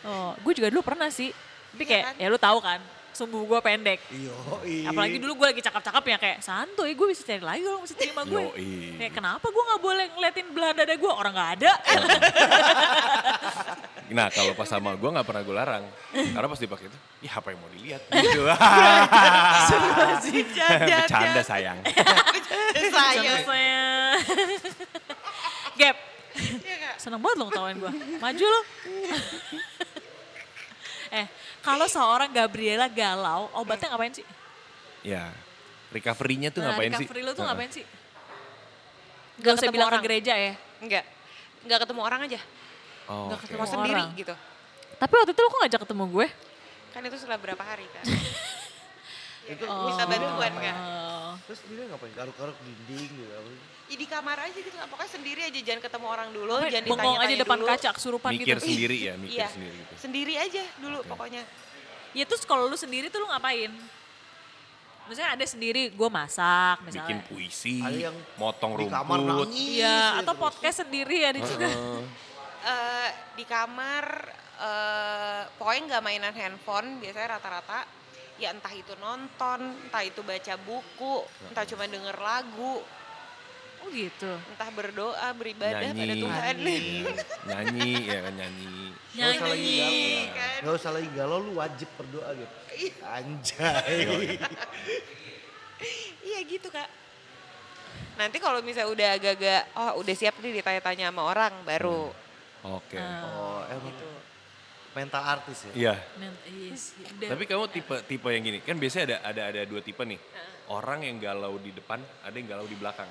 Oh, gue juga dulu pernah sih. Tapi kayak, ya
kan?
lu tahu kan, sumbu gue pendek.
Iyo.
Apalagi
Iya.
dulu gue lagi cakap-cakap ya kayak santuy gue bisa cari lagi orang masih terima gue.
Yoi.
Kayak kenapa gue nggak boleh ngeliatin belahan dada gue orang nggak
*laughs*
ada.
Iya. Nah kalau pas sama gue nggak pernah gue larang. Karena pas dipakai itu, ya apa yang mau dilihat?
*laughs*
Gitu. *laughs* Bercanda sayang.
Saya.
Saya. Gap.
Iya, Kak.
Seneng banget lo ngetawain gue. Maju lo. *laughs* eh, kalau seorang Gabriela galau, obatnya ngapain sih?
Ya, recovery-nya tuh
Nah,
ngapain sih?
recovery lo tuh
Heeh.
ngapain sih?
Nggak
Gak usah
ketemu
bilang ke
orang.
gereja ya.
Enggak. Enggak ketemu orang aja.
Oh,
Nggak
oke.
ketemu
Mau sendiri
orang.
gitu.
Tapi waktu itu lo kok ngajak ketemu gue?
Kan itu setelah berapa hari *laughs* kan.
Itu
Minta bantuan kan.
Oh.
Terus dia ngapain? Karuk-karuk dinding gitu. apa gitu.
Ya, di kamar aja gitu. lah. Pokoknya sendiri aja jangan ketemu orang dulu,
Sampai
jangan
Bengong
ditanya-tanya
aja depan
dulu.
kaca, kesurupan
Mikir
gitu.
sendiri ya, mikir
Iya.
sendiri gitu.
Sendiri aja dulu pokoknya.
Ya terus kalau lu sendiri tuh lu ngapain? Misalnya ada sendiri, gue masak
Bikin
misalnya.
puisi,
Ada yang
motong
Di kamar
rumput.
nangis.
Iya,
aja
atau
terus.
podcast sendiri ya di juga.
Uh-huh.
Eh, di kamar eh, pokoknya nggak mainan handphone biasanya rata-rata ya entah itu nonton, entah itu baca buku, entah cuma denger lagu,
Oh gitu.
entah berdoa, beribadah pada
Nyanyi.
Tuhan.
nyanyi, ya kan nyanyi.
Nggak usah lagi galau.
Nyanyi.
kan.
Gak usah lagi galau, lu wajib berdoa gitu.
Iya.
Anjay.
Iya gitu kak. Nanti kalau misalnya udah agak-agak, oh udah siap nih ditanya-tanya sama orang baru.
Hmm. Oke.
Eh.
Oh, emang
Gitu.
mental artis ya?
Iya.
Men- iya sih, udah.
Tapi kamu tipe tipe yang gini, kan biasanya ada ada ada dua tipe nih.
Eh.
Orang yang galau di depan, ada yang galau di belakang.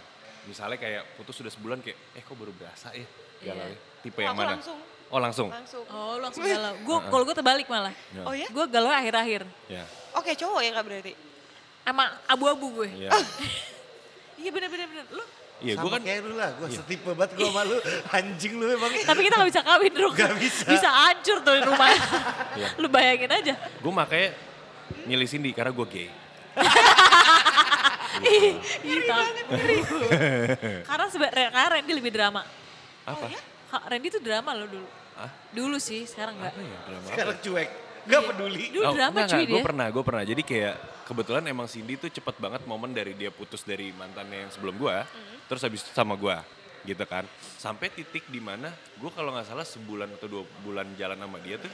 Misalnya kayak putus sudah sebulan kayak, eh kok baru berasa ya galau ya? Tipe yang
Aku
mana?
Iya. langsung.
Oh langsung?
Langsung.
Oh lu langsung galau. Gue
Uh-huh.
kalau gue terbalik malah.
Ya.
Oh ya?
Gue galau akhir-akhir.
Ya.
Oke cowok ya kak berarti?
Emang abu-abu gue.
Iya.
Iya bener-bener. bener. Lu,
Ah.
Iya,
Sama
gue kan
kayak lu lah, gue setipe banget gue sama lu. Anjing lu emang. ya.
tapi kita gak bisa kawin dong.
Nggak bisa.
Bisa hancur tuh rumah.
Iya.
lu bayangin aja.
gue makanya milih Cindy karena gue gay.
Ih, ih, takut. iya, Karena sebenarnya karena Randy lebih drama.
Oh,
Apa?
iya?
Kak, Randy tuh drama loh dulu.
Hah?
Dulu sih, sekarang enggak.
Apa ya drama? apa?
Sekarang cuek,
Iya.
gak
*laughs*
peduli.
Dulu
Oh,
drama cuy
gue
dia.
pernah, gue pernah. Jadi kayak kebetulan emang Cindy tuh cepet banget momen dari dia putus dari mantannya yang sebelum gue,
Mm-hmm.
terus habis itu sama gue, gitu kan. Sampai titik dimana gue kalau nggak salah sebulan atau dua bulan jalan sama dia tuh,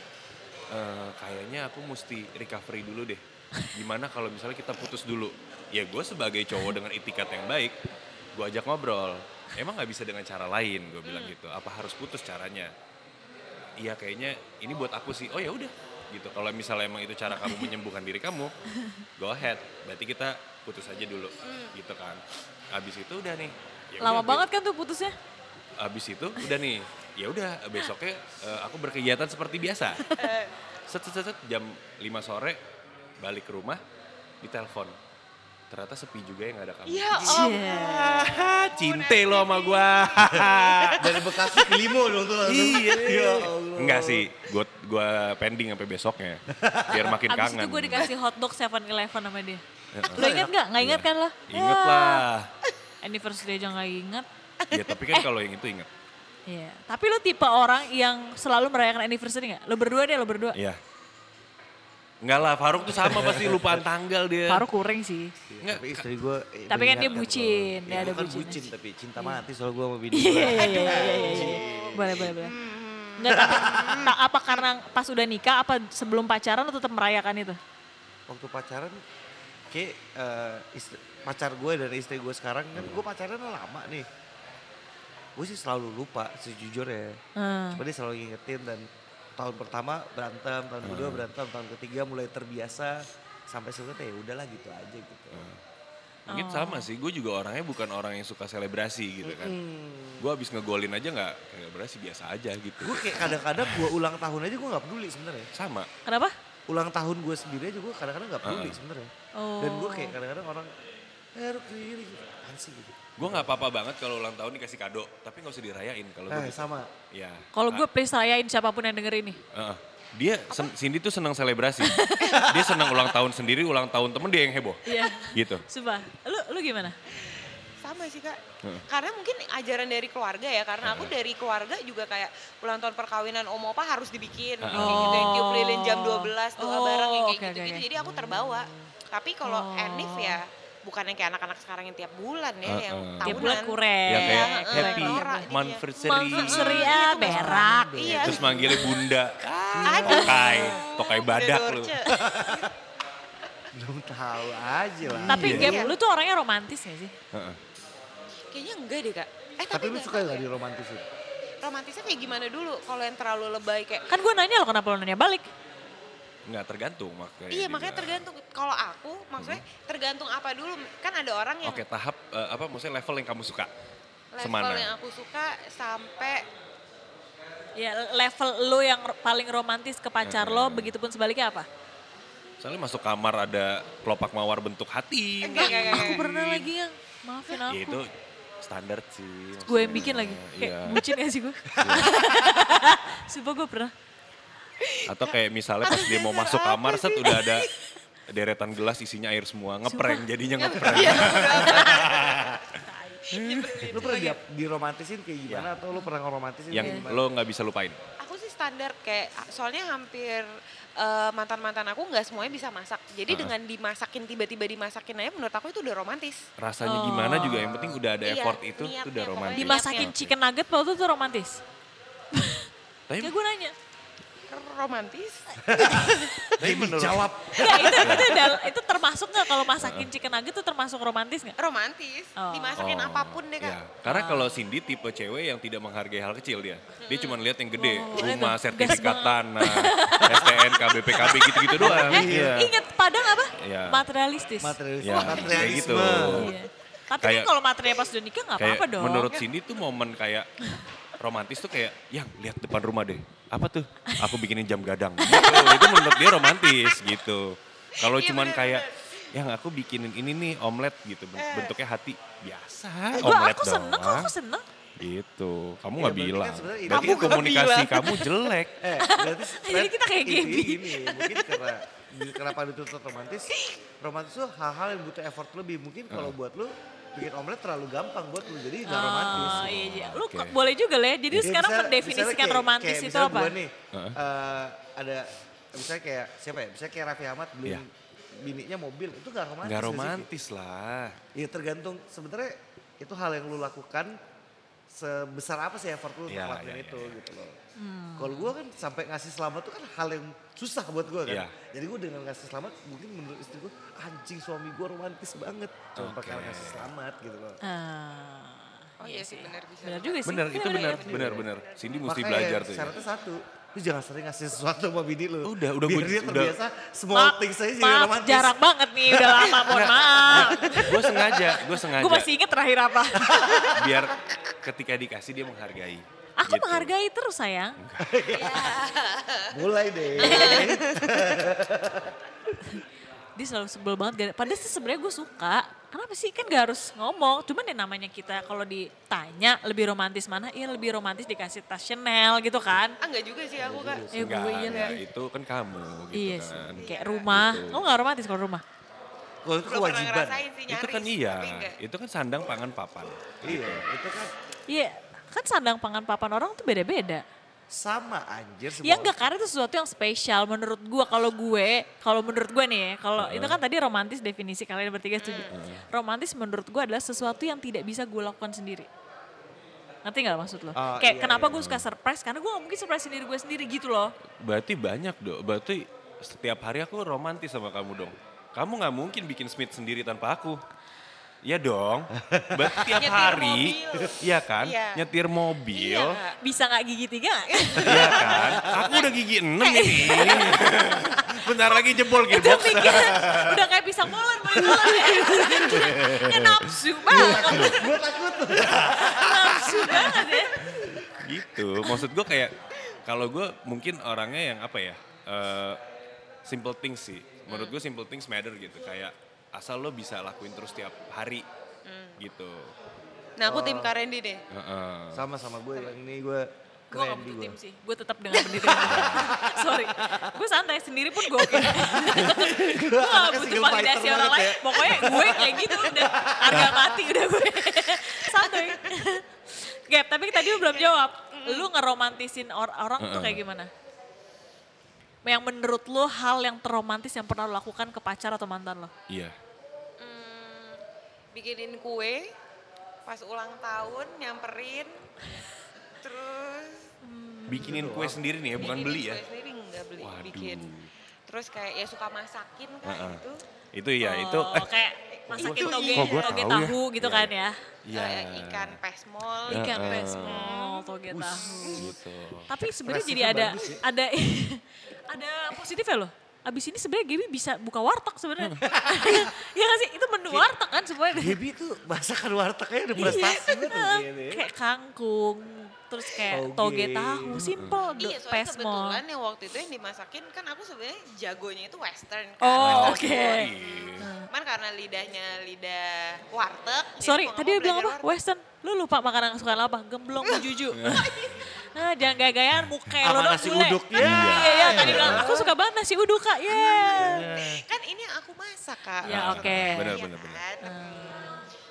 eh, kayaknya aku mesti recovery dulu deh. Gimana kalau misalnya kita putus dulu? Ya gue sebagai cowok dengan etikat yang baik, gue ajak ngobrol. Emang nggak bisa dengan cara lain, gue
Mm.
bilang gitu. Apa harus putus caranya? iya kayaknya ini buat aku sih. Oh ya udah gitu. Kalau misalnya emang itu cara kamu menyembuhkan diri kamu, go ahead. Berarti kita putus aja dulu, gitu kan. Abis itu udah nih. Ya
Hmm. Lama
udah, gue-
banget kan tuh putusnya.
Abis itu udah nih. Ya udah besoknya eh, aku berkegiatan seperti biasa.
*laughs*
Set, set, set, set, jam 5 sore balik ke rumah ditelepon. Ternyata sepi juga yang gak ada kamu.
Iya om.
Ah, cinte lo sama gua. *laughs*
Dari Bekasi ke Limo dong tuh langsung. Iya. *laughs* Ya Allah.
Enggak sih, gua gua pending sampai besoknya. Biar makin
Abis
kangen.
itu gue dikasih hotdog 7-Eleven sama dia.
Heeh.
Lu inget gak? Gak inget kan lo?
Iya. Ingat
Ya,
lah.
*laughs* Anniversary aja gak inget. Eh.
Ya tapi kan kalau yang itu ingat.
Iya. Tapi lu tipe orang yang selalu merayakan anniversary gak? Lu berdua deh, lu berdua.
Iya. Enggak lah, Faruk tuh sama pasti lupaan tanggal dia.
Baru kuring sih.
Enggak.
Tapi istri gue.
eh,
Tapi kan dia bucin, dia ada
kan
bucinnya.
bucin tapi cinta mati soal gue sama bini
Iya,
gue.
iya, iya, iya, iya, iya. Boleh, boleh, boleh. Nggak, tapi ta- apa karena pas udah nikah, apa sebelum pacaran lu tetap merayakan itu?
Waktu pacaran kayak eh, istri- pacar gue dan istri gue sekarang kan gue pacaran lama nih. Gue sih selalu lupa sejujurnya.
Ah.
Hmm.
Cuma dia selalu ngingetin dan tahun pertama berantem, tahun
Ah.
kedua berantem, tahun ketiga mulai terbiasa sampai sebenarnya ya udahlah gitu aja gitu.
Ah. Mungkin
Oh.
sama sih, gue juga orangnya bukan orang yang suka selebrasi gitu kan. Gue abis ngegolin aja nggak selebrasi biasa aja gitu.
Gue kayak kadang-kadang gue ulang tahun aja gue nggak peduli sebenarnya.
Sama.
Kenapa?
ulang tahun gue sendiri aja gue kadang-kadang nggak
Ah.
peduli sebenarnya
Oh.
dan gue kayak kadang-kadang orang eh lu gini gitu apaan sih gitu
Gue nggak apa-apa banget kalau ulang tahun dikasih kado, tapi nggak usah dirayain kalau
nah
Eh.
gue.
sama
Ya.
Kalau gue please rayain siapapun yang denger ini.
Heeh. Dia sen- Cindy tuh senang selebrasi. dia senang ulang tahun sendiri, ulang tahun temen dia yang heboh.
Iya.
Gitu.
Sumpah, lu, lu gimana?
sama sih kak karena mungkin ajaran dari keluarga ya karena aku dari keluarga juga kayak ulang tahun perkawinan om opa harus dibikin
Heeh.
gitu gitu yang tiup lilin jam 12 doa
Oh,
bareng yang kayak
oke, oke,
gitu gitu
oke.
jadi aku terbawa tapi kalau
Oh.
enif ya bukan yang kayak anak-anak sekarang yang tiap bulan ya
Heeh.
yang
Tiap
tahunan
Tiap bulan kurek.
Ya kayak
Iya, heeh,
happy
Nora gitu ya.
anniversary.
Manfaat ya berak.
iya
Terus manggilnya bunda.
Aduh.
Tokai. Tokai badak lu.
Dorce.
Belum tahu aja lah.
Tapi
Iya.
game lu tuh orangnya romantis gak sih?
Heeh.
kayaknya enggak deh kak eh tapi,
Tapi lu
nggak
suka
tahu
gak
ya.
*laughs*
diromantisin?
romantisnya kayak gimana dulu kalau yang terlalu lebay kayak
Kan gue nanya lo kenapa lo nanya balik.
Nggak tergantung makanya. gitu.
Iya
dia
makanya
bilang.
tergantung kalau aku maksudnya tergantung apa dulu kan ada orang yang
Mm-hmm. Oke tahap eh, apa maksudnya level yang kamu suka.
level
semana.
yang aku suka sampai
Ya level lo yang r- paling romantis ke pacar lo, begitupun sebaliknya apa?
Soalnya masuk kamar ada kelopak mawar bentuk hati.
Enggak, enggak, enggak,
Aku pernah lagi yang maafin
Ya itu
aku.
standar sih.
Gue yang bikin lagi. Kayak
Iya.
bucin gak sih gue? *laughs* Sumpah gue pernah.
Atau kayak misalnya pas dia mau masuk kamar set udah ada deretan gelas isinya air semua. Ngeprank jadinya ngeprank.
Iya, udah.
Lu pernah di, diromantisin kayak gimana atau lu pernah ngeromantisin
Ya. Yang
kayak gimana?
lo nggak bisa lupain.
aku sih standar kayak soalnya hampir eh, mantan-mantan aku nggak semuanya bisa masak. Jadi dengan dimasakin tiba-tiba dimasakin aja menurut aku itu udah romantis.
Rasanya gimana juga yang penting udah ada
Iya,
effort itu itu
niatnya,
udah
pokoknya
romantis.
niatnya.
Dimasakin
Oke.
chicken nugget waktu itu tuh romantis.
Tapi,
Kayak gue nanya.
Romantis?
tapi menurut
Jawab.
Enggak, itu, itu,
Iya.
dal- itu termasuk gak kalau masakin chicken nugget itu termasuk romantis gak?
Romantis.
Oh.
Dimasakin
Oh,
apapun deh
iya.
kak.
Karena kalau Cindy tipe cewek yang tidak menghargai hal kecil dia. Dia cuma lihat yang gede,
Oh, boleh
rumah,
tuh.
sertifikat
Gas
tanah, STN, KBPKB gitu-gitu doang.
Eh, inget Padang apa?
Iya.
Materialistis.
Materialis,
Ya, kayak
materialisme.
gitu.
Iya. Tapi
Kayak-
kan kalau materinya pas udah nikah gak
Kayak
apa-apa dong.
menurut Cindy tuh momen kayak romantis tuh kayak, yang lihat depan rumah deh. Apa tuh? Aku bikinin jam gadang. Gitu. Itu menurut dia romantis gitu. Kalau
Iya,
cuman
bener,
kayak, yang aku bikinin ini nih omelet gitu. Bentuknya hati. Biasa
Gue
omelet
aku seneng kok,
doang.
aku seneng.
Gitu.
Iya,
Kamu
berarti
nggak
kan
bilang.
sebenarnya ini-
Berarti
Kamu nggak
komunikasi
bilang.
kamu jelek.
Eh, berarti
*laughs* Jadi kita kayak
intinya
Gaby.
Gini, mungkin karena kenapa dituntut romantis, romantis tuh hal-hal yang butuh effort lebih. Mungkin kalau
Hmm.
buat lu bikin omelet terlalu gampang buat lu jadi nggak romantis.
Oh, iya, iya. Lu
Oke.
kok boleh juga lah ya. Jadi
Kayak
sekarang
misalnya- misalnya
mendefinisikan
kayak-
romantis
kayak
itu
misalnya
apa?
gua nih, eh, ada misalnya kayak siapa ya? Misalnya kayak Raffi Ahmad beli
Iya.
bininya mobil itu gak romantis.
Gak
sih?
romantis lah.
Iya tergantung sebenarnya itu hal yang lu lakukan sebesar apa sih effort lu untuk
Iya,
ngelakuin
iya,
itu
iya,
gitu loh.
Hmm.
Kalau gue kan sampai ngasih selamat tuh kan hal yang susah buat gue kan.
Iya.
Jadi gue dengan ngasih selamat mungkin menurut istri gue anjing suami gue romantis banget. Cuma
Oke.
perkara ngasih selamat gitu loh.
Ah,
Oh iya sih benar bisa.
Benar juga sih. Iya,
Bener, itu bener,
bener.
bener, bener. Cindy mesti
Makanya
belajar tuh. ya.
Syaratnya satu, lu jangan sering ngasih sesuatu sama bini lu.
Udah, udah
Biar
gua-
dia
udah.
terbiasa small
Maaf,
things aja jadi
maaf,
romantis.
jarang banget nih, udah lama, mohon
Nah, *laughs*
maaf.
Gue sengaja, gue sengaja.
Gue masih inget terakhir
*laughs*
apa.
Biar ketika dikasih dia menghargai.
Aku
Gitu.
menghargai ya, terus sayang.
Mulai
*laughs*
deh.
Dia selalu sebel banget. gara- Padahal sih sebenarnya gue suka. Kenapa sih kan gak harus ngomong. Cuman yang namanya kita kalau ditanya lebih romantis mana. Iya lebih romantis dikasih tas Chanel gitu kan.
Ah enggak juga sih aku kak.
Eh
Enggak,
gue iya
enggak,
lagi.
itu kan kamu gitu
Iya sih.
kan.
Kayak rumah. Kamu gak romantis kalau rumah?
Kalau itu
Belum pernah
kewajiban.
ngerasain sih nyaris.
Itu kan iya,
tapi enggak.
itu kan sandang pangan papan.
Iya, itu kan
Iya. Kan sandang pangan papan orang tuh beda-beda.
sama anjir semua.
Ya enggak karena itu sesuatu yang spesial menurut gua kalau gue, kalau menurut gue nih ya, kalau itu kan tadi romantis definisi kalian bertiga setuju.
Hmm.
Romantis menurut gua adalah sesuatu yang tidak bisa gue lakukan sendiri. Ngerti gak maksud lo?
Ah,
Kayak
iya,
kenapa gue suka surprise karena gue gak mungkin surprise sendiri gue sendiri gitu loh.
Berarti banyak dong, berarti setiap hari aku romantis sama kamu dong. Kamu nggak mungkin bikin Smith sendiri tanpa aku. Iya dong, berarti tiap
Nyetir
hari,
mobil.
iya kan,
Iya.
nyetir mobil,
Iya, Kak.
Bisa gak gigi tiga nggak?
*laughs*
Iya kan? Aku udah gigi 6 ini. Bentar lagi jebol
itu
gearbox.
pikiran udah kayak pisang molen, molen,
*laughs*
molen. Kayak nafsu banget,
Gue takut.
nafsu banget ya.
gitu. Maksud gue kayak kalau gue mungkin orangnya yang apa ya? eh, simple things sih. Menurut gue simple things matter gitu. Kayak asal lo bisa lakuin terus tiap hari gitu. Oh.
Nah aku tim Kak Randy deh.
Heeh.
sama sama gue yang ini gue
Gue
Keren
gak
di
butuh
gua.
tim sih. Gue tetap dengan pendidikan. *laughs* Sorry. Gue santai sendiri pun gue oke. gue gak
anaknya
butuh
single
validasi
fighter
orang
banget
lain.
ya.
Pokoknya gue kayak gitu udah. Harga mati udah gue. santai. Gap, tapi tadi lu belum jawab. Lu ngeromantisin or- orang tuh kayak gimana? Yang menurut lu hal yang terromantis yang pernah lu lakukan ke pacar atau mantan lo?
Iya.
Hmm, bikinin kue pas ulang tahun nyamperin terus
Bikinin kue sendiri nih ya, bukan
bikinin
beli ya.
kue sendiri nggak beli
Waduh.
bikin terus kayak ya suka masakin kan
Heeh.
gitu
Itu iya, itu
Oh, kayak masakin
Itu
toge,
iya. Kok gua
toge
tahu ya?
tahu gitu kan ya.
iya.
Kayak ikan pesmol
Ikan
Heeh.
pesmol, toge tahu.
Gitu.
Tapi sebenarnya jadi
Resepnya
ada
bagus sih.
ada *laughs* ada positifnya loh. Abis ini sebenarnya Gaby bisa buka warteg sebenarnya. *laughs* Iya gak sih? Itu menu warteg kan sebenarnya.
Gaby tuh masakan wartegnya udah
Iya,
Iya, prestasi gitu. banget tuh
bener.
Gaby.
Kayak kangkung, terus kayak
Toge.
toge tahu, simple, do-
Iya, soalnya
pesmol.
kebetulan yang waktu itu yang dimasakin kan aku sebenarnya jagonya itu western kan.
Oh,
Nah,
western
oke.
food. Cuman karena lidahnya lidah warteg. jadi
Sorry,
mau
tadi
nggak
dia bilang
belajar
apa?
warteg.
Western. Lu lupa makanan kesukaan lo apa? Gemblong
*laughs*
sama juju. ah, jangan gaya-gayaan muka lo
Sama
dong
nasi
bule.
uduk.
Iya,
Iya,
iya, tadi bilang aku suka banget nasi uduk, Kak. Iya.
*laughs* Kan ini yang aku masak, Kak.
Ya,
Maksudnya,
oke. Hmm.
Benar,
iya
benar, benar.
kan?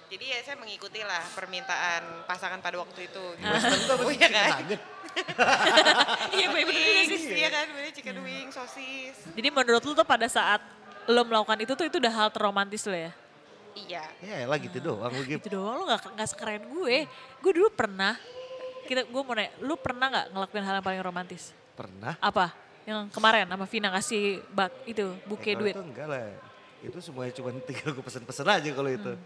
Jadi ya saya mengikuti lah permintaan pasangan pada waktu
*laughs*
itu.
Western tuh apa
Oh,
sih?
Iya kan?
Nugget.
Iya, bener bener juga sih. Hmm.
Wings, Iya kan, bener chicken wing, sosis.
Jadi menurut lu tuh pada saat lo melakukan itu tuh itu udah hal terromantis lo ya?
Iya.
Ya elah gitu doang lu Gaby.
Itu doang lu gak, nggak sekeren gue. Gue dulu pernah, kita gue mau nanya, lu pernah gak ngelakuin hal yang paling romantis?
Pernah.
Apa? Yang kemarin sama Vina kasih bak itu, buke
Kalau
duit.
Itu enggak lah. Itu semuanya cuma *laughs* tinggal gue pesen-pesen aja kalau itu.
Hmm.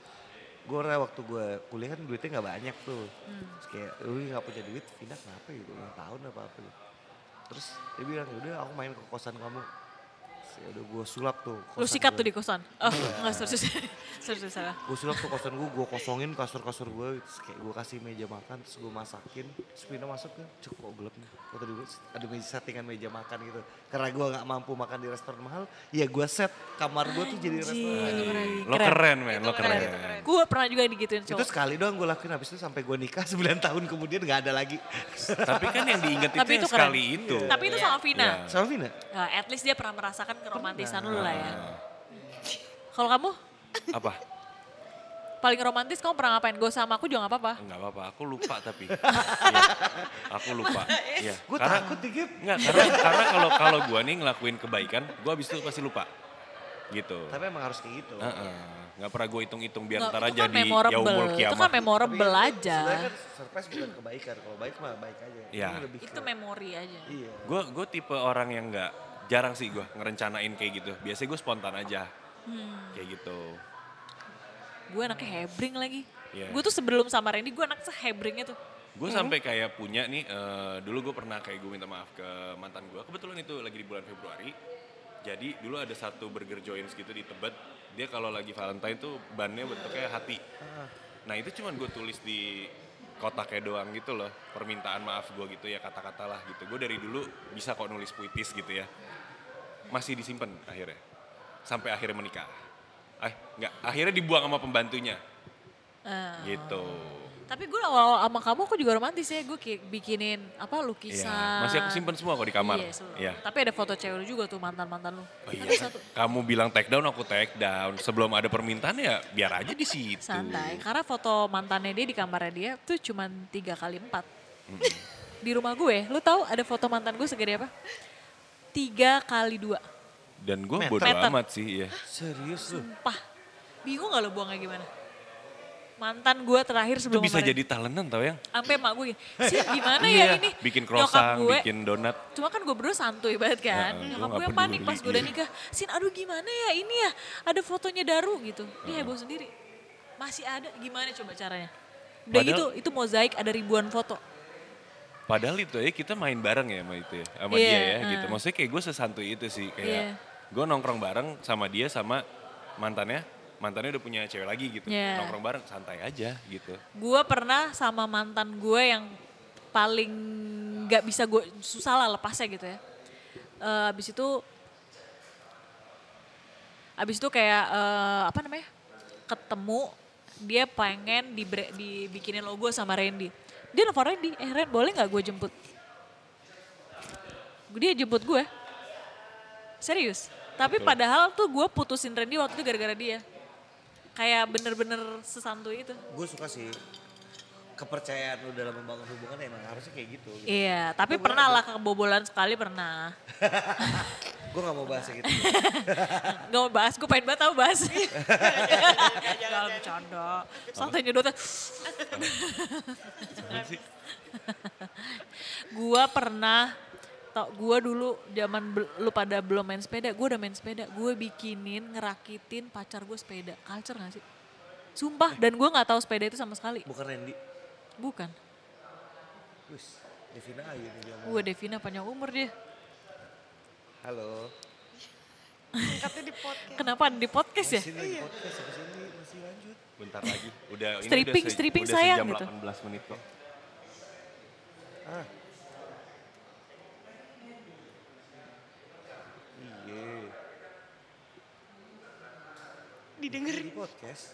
Gue waktu gue kuliah kan duitnya nggak banyak tuh.
Hmm.
Terus kayak, "Eh, lu nggak punya duit, pindah kenapa gitu, ulang tahun apa apa gitu. Terus dia bilang, udah aku main ke kosan kamu. Terus Ya udah gue sulap tuh.
Lu sikat tuh di kosan. Oh,
Iya.
enggak, sorry, sorry. Sorry, sorry, salah.
Gue sulap tuh kosan gue, gue kosongin kasur-kasur gue. Terus kayak gue kasih meja makan, terus gue masakin. Terus pindah masuk ke, cuk kok gelap nih. Gua tadi gua- ada meja settingan meja makan gitu. Karena gue nggak mampu makan di restoran mahal, ya gue set kamar gue tuh jadi restoran.
Anjing,
Iya, Lo keren, men.
Itu
Lo
keren,
keren.
itu keren.
Gue pernah juga digituin
Itu
cowok.
sekali doang gue lakuin habis itu sampai gue nikah *laughs* 9 tahun kemudian nggak ada lagi.
Tapi kan yang diinget itu,
Tapi
yang
itu keren.
sekali itu. Iya.
Tapi itu sama Vina.
Sama Vina?
Nah, at least dia pernah merasakan keromantisan lu lah
Iya.
ya. Kalau kamu
Apa?
paling romantis kamu pernah ngapain? Gue sama aku juga gak apa-apa.
Enggak apa-apa, aku lupa
*laughs*
tapi. Iya, aku lupa. Iya.
Gue
karena-
takut dikit.
Enggak, karena karena kalau kalau gua nih ngelakuin kebaikan, gua habis itu pasti lupa. Gitu.
Tapi emang harus kayak gitu.
Heeh. Enggak pernah gue hitung-hitung biar
Nggak,
Iya, ntar
itu
aja
kan
di
memorable.
yaumul
Itu kan
kiamat.
memorable aja.
Sebenarnya kan surprise bukan kebaikan. Kalau baik mah baik aja.
Iya.
Ini lebih
Itu
ke-
memori aja.
Iya.
Gue gue tipe orang yang nggak jarang sih gue ngerencanain kayak gitu. Biasanya gue spontan aja.
Hmm.
Kayak gitu.
Gue anaknya hebring lagi.
Iya.
Gue tuh sebelum sama Randy, gue anak sehebringnya tuh.
Gue sampai kayak punya nih, eh, dulu gue pernah kayak gue minta maaf ke mantan gue. Kebetulan itu lagi di bulan Februari. Jadi dulu ada satu burger joints gitu di Tebet. Dia kalau lagi Valentine tuh bannya bentuknya hati. Nah itu cuman gue tulis di kotaknya doang gitu loh. Permintaan maaf gue gitu ya kata-kata lah gitu. Gue dari dulu bisa kok nulis puitis gitu ya. Masih disimpan akhirnya. Sampai akhirnya menikah. Eh nggak, akhirnya dibuang sama pembantunya.
Eh,
Gitu.
tapi gue awal-awal sama kamu, aku juga romantis ya. Gue kayak bikinin apa lukisan.
Iya, masih aku simpen semua kok di kamar.
Iya, selalu.
Iya.
Tapi ada foto cewek lu juga tuh mantan-mantan lu.
Oh iya. Kamu bilang take down, aku take down. Sebelum ada permintaan ya biar aja di situ.
Santai, karena foto mantannya dia di kamarnya dia tuh cuman tiga kali empat. Di rumah gue, lu tahu ada foto mantan gue segede apa? Tiga kali dua.
Dan gue bodo
Meter.
amat sih, ya.
Serius lu?
Sumpah. Bingung gak lo buangnya gimana? Mantan gue terakhir
Itu
sebelum
bisa
kemarin.
jadi talenan tau yang.
Sampai emak gue gini, sih gimana ya ini?
Bikin
Nyokap
croissant,
gue-
bikin donat.
Cuma kan gue berdua santuy banget kan. Nyokap
Heeh, gua
gue
nggak
yang panik
peduli,
pas gue udah
iya.
nikah. Sin aduh gimana ya ini ya. Ada fotonya Daru gitu. Dia heboh sendiri. Masih ada gimana coba caranya. Udah
Padahal-
gitu itu mozaik ada ribuan foto.
Padahal itu ya kita main bareng ya sama itu ya, sama
Iya,
dia ya
heeh.
gitu. Maksudnya kayak gue sesantuy itu sih
Iya.
kayak gue nongkrong bareng sama dia sama mantannya, mantannya udah punya cewek lagi gitu.
Iya.
Nongkrong bareng santai aja gitu.
Gue pernah sama mantan gue yang paling gak bisa gue susah lah lepasnya gitu ya. Eh abis itu abis itu kayak eh, apa namanya ketemu dia pengen di dibikinin logo sama Randy. Dia nelfon Randy, eh Ren boleh nggak gue jemput? dia jemput gue. Serius. Tapi padahal tuh gue putusin Randy waktu itu gara-gara dia. Kayak bener-bener sesantuy itu.
Gue suka sih kepercayaan lu dalam membangun hubungan emang harusnya kayak gitu. gitu.
Iya, tapi pernah lah kebobolan sekali pernah.
Gue gak mau bahas yang gitu.
Gak mau bahas, gue pengen banget tau bahas. Gak bercanda. Santai nyedotnya. gua pernah, tau, gua dulu zaman bel- lu pada belum main sepeda, gua udah main sepeda. Gue bikinin, ngerakitin pacar gue sepeda. Culture gak sih? Sumpah, dan gua gak tahu sepeda itu sama sekali.
Bukan Randy.
Bukan.
Wis, Devina Ayu nih dia ngomong.
Gue Devina panjang umur dia.
Halo.
Angkatnya di podcast.
Kenapa ada di podcast ya?
Sini lagi
Iya.
podcast habis ini masih lanjut.
Bentar lagi. Udah ini
Stripping-
udah, se-
stripping
udah
sayang
sejam
gitu.
18 menit kok.
Ah. Iya. Didengerin di podcast.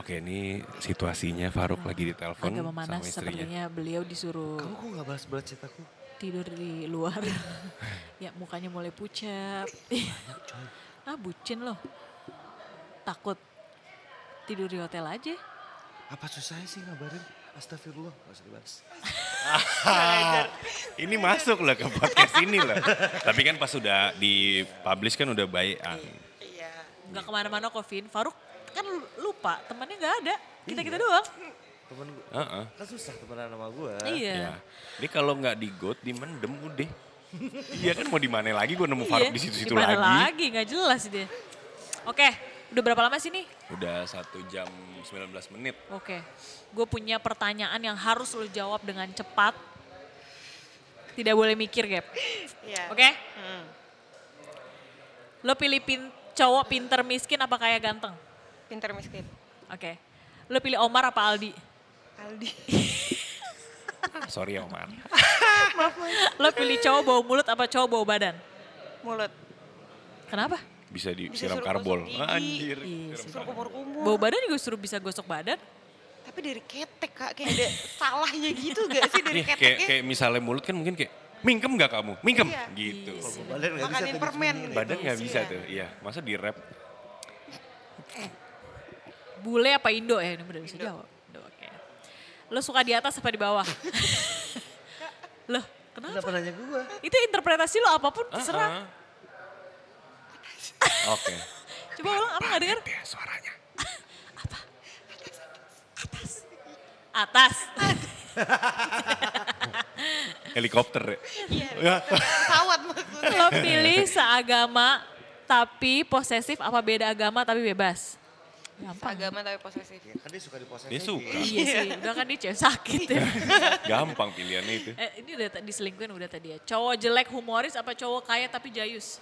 Oke, ini situasinya Faruk lagi ditelepon
Agak
sama
memanas
istrinya.
sepertinya beliau disuruh
Kamu kok gak bahas berat cetaku?
tidur di luar. *laughs* ya mukanya mulai pucat. ah bucin loh. Takut tidur di hotel aja.
Apa susahnya sih ngabarin? Astagfirullah, gak usah dibahas.
Ah, ini masuk loh ke podcast ini loh. *laughs* Tapi kan pas sudah dipublish kan udah baik.
Iya.
Gak kemana-mana kok Vin. Faruk kan lupa temannya gak ada. Kita-kita doang.
Temen gue,
Heeh.
kan susah temenan sama gue.
Iya.
Ya. Dia kalau nggak di goat, dimendem
*laughs*
udah. Iya kan mau di mana lagi gue nemu Faruk
Iya.
di situ-situ
Dimana
lagi.
lagi gak jelas dia. Oke, udah berapa lama sih nih?
Udah satu jam 19 menit.
Oke, gue punya pertanyaan yang harus lo jawab dengan cepat. Tidak boleh mikir, Gap.
Iya.
Oke? Lo pilih pin, cowok pinter miskin apa kaya ganteng?
Pinter miskin.
Oke. Lo pilih Omar apa Aldi?
Aldi. *laughs*
Sorry ya Omar.
Lo pilih cowok bau mulut apa cowok bau badan?
Mulut.
Kenapa?
Bisa
Bisa
disiram
suruh
karbol.
gosok gigi.
Iya
Anjir. siram
sih.
Suruh
karbol.
kumur-kumur.
Bau badan juga suruh bisa gosok badan.
Tapi dari ketek kak. Kayak ada salahnya gitu gak sih dari
Nih, Iya, kayak,
keteknya?
kayak misalnya mulut kan mungkin kayak mingkem gak kamu? Mingkem
Iya.
gitu.
Badan gak bisa
Makanin
tuh
permen.
disembunyiin.
Badan nggak
Iya.
bisa tuh. Iya, masa di rap
Bule apa Indo ya? Ini udah bisa jawab. Indo, oke. Lo suka di atas apa di bawah? Loh, kenapa?
Kenapa nanya gue?
Itu interpretasi lo apapun terserah.
Ah, ah. Oke.
Coba ulang apa nggak denger?
Deh, suaranya.
Atas.
Helikopter ya.
Iya.
*laughs*
Pesawat
*laughs*
maksudnya.
Lo pilih seagama tapi posesif apa beda agama tapi bebas? Gampang.
Agama tapi posesif.
Ya, kan dia suka diposesif.
Dia suka.
Iya sih, udah kan dia cewek sakit ya.
Gampang pilihannya itu.
Eh, ini udah ta- diselingkuhin udah tadi ya. Cowok jelek humoris apa cowok kaya tapi jayus?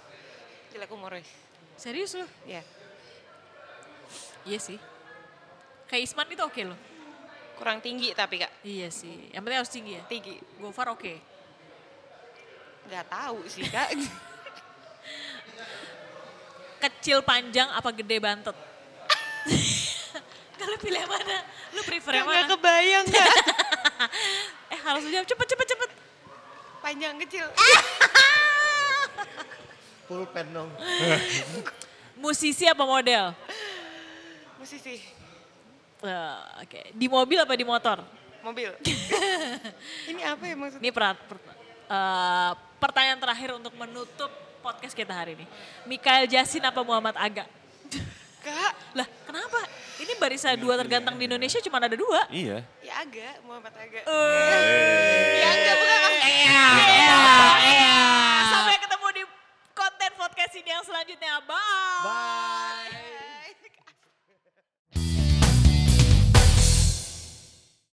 Jelek humoris.
Serius lo?
Iya.
Iya sih. Kayak Isman itu oke loh.
Kurang tinggi tapi kak.
Iya sih. Yang penting harus tinggi ya.
Tinggi.
Gofar oke.
Gak tahu sih kak. *laughs*
Kecil panjang apa gede bantet? *laughs* Kalau pilih yang mana? Lu prefer yang
Gak
mana?
kebayang kak.
Eh harus jawab cepet cepet cepet.
*laughs* Panjang kecil.
Pulpen dong.
Musisi apa model?
Musisi.
Eh, Oke, di mobil apa di motor?
Mobil. Ini apa ya maksudnya?
Ini per- per- eh, pertanyaan terakhir untuk menutup podcast kita hari ini. Mikael Jasin apa Muhammad Aga?
Kak.
Lah, kenapa? Ini barisa dua terganteng di Indonesia cuma ada dua.
Iya.
Ya agak. Muhammad agak.
Eh,
Ya agak bukan Kak. Iya.
Ya. Iya, Sampai ketemu di konten podcast ini yang selanjutnya. Bye.
Bye.
Ya.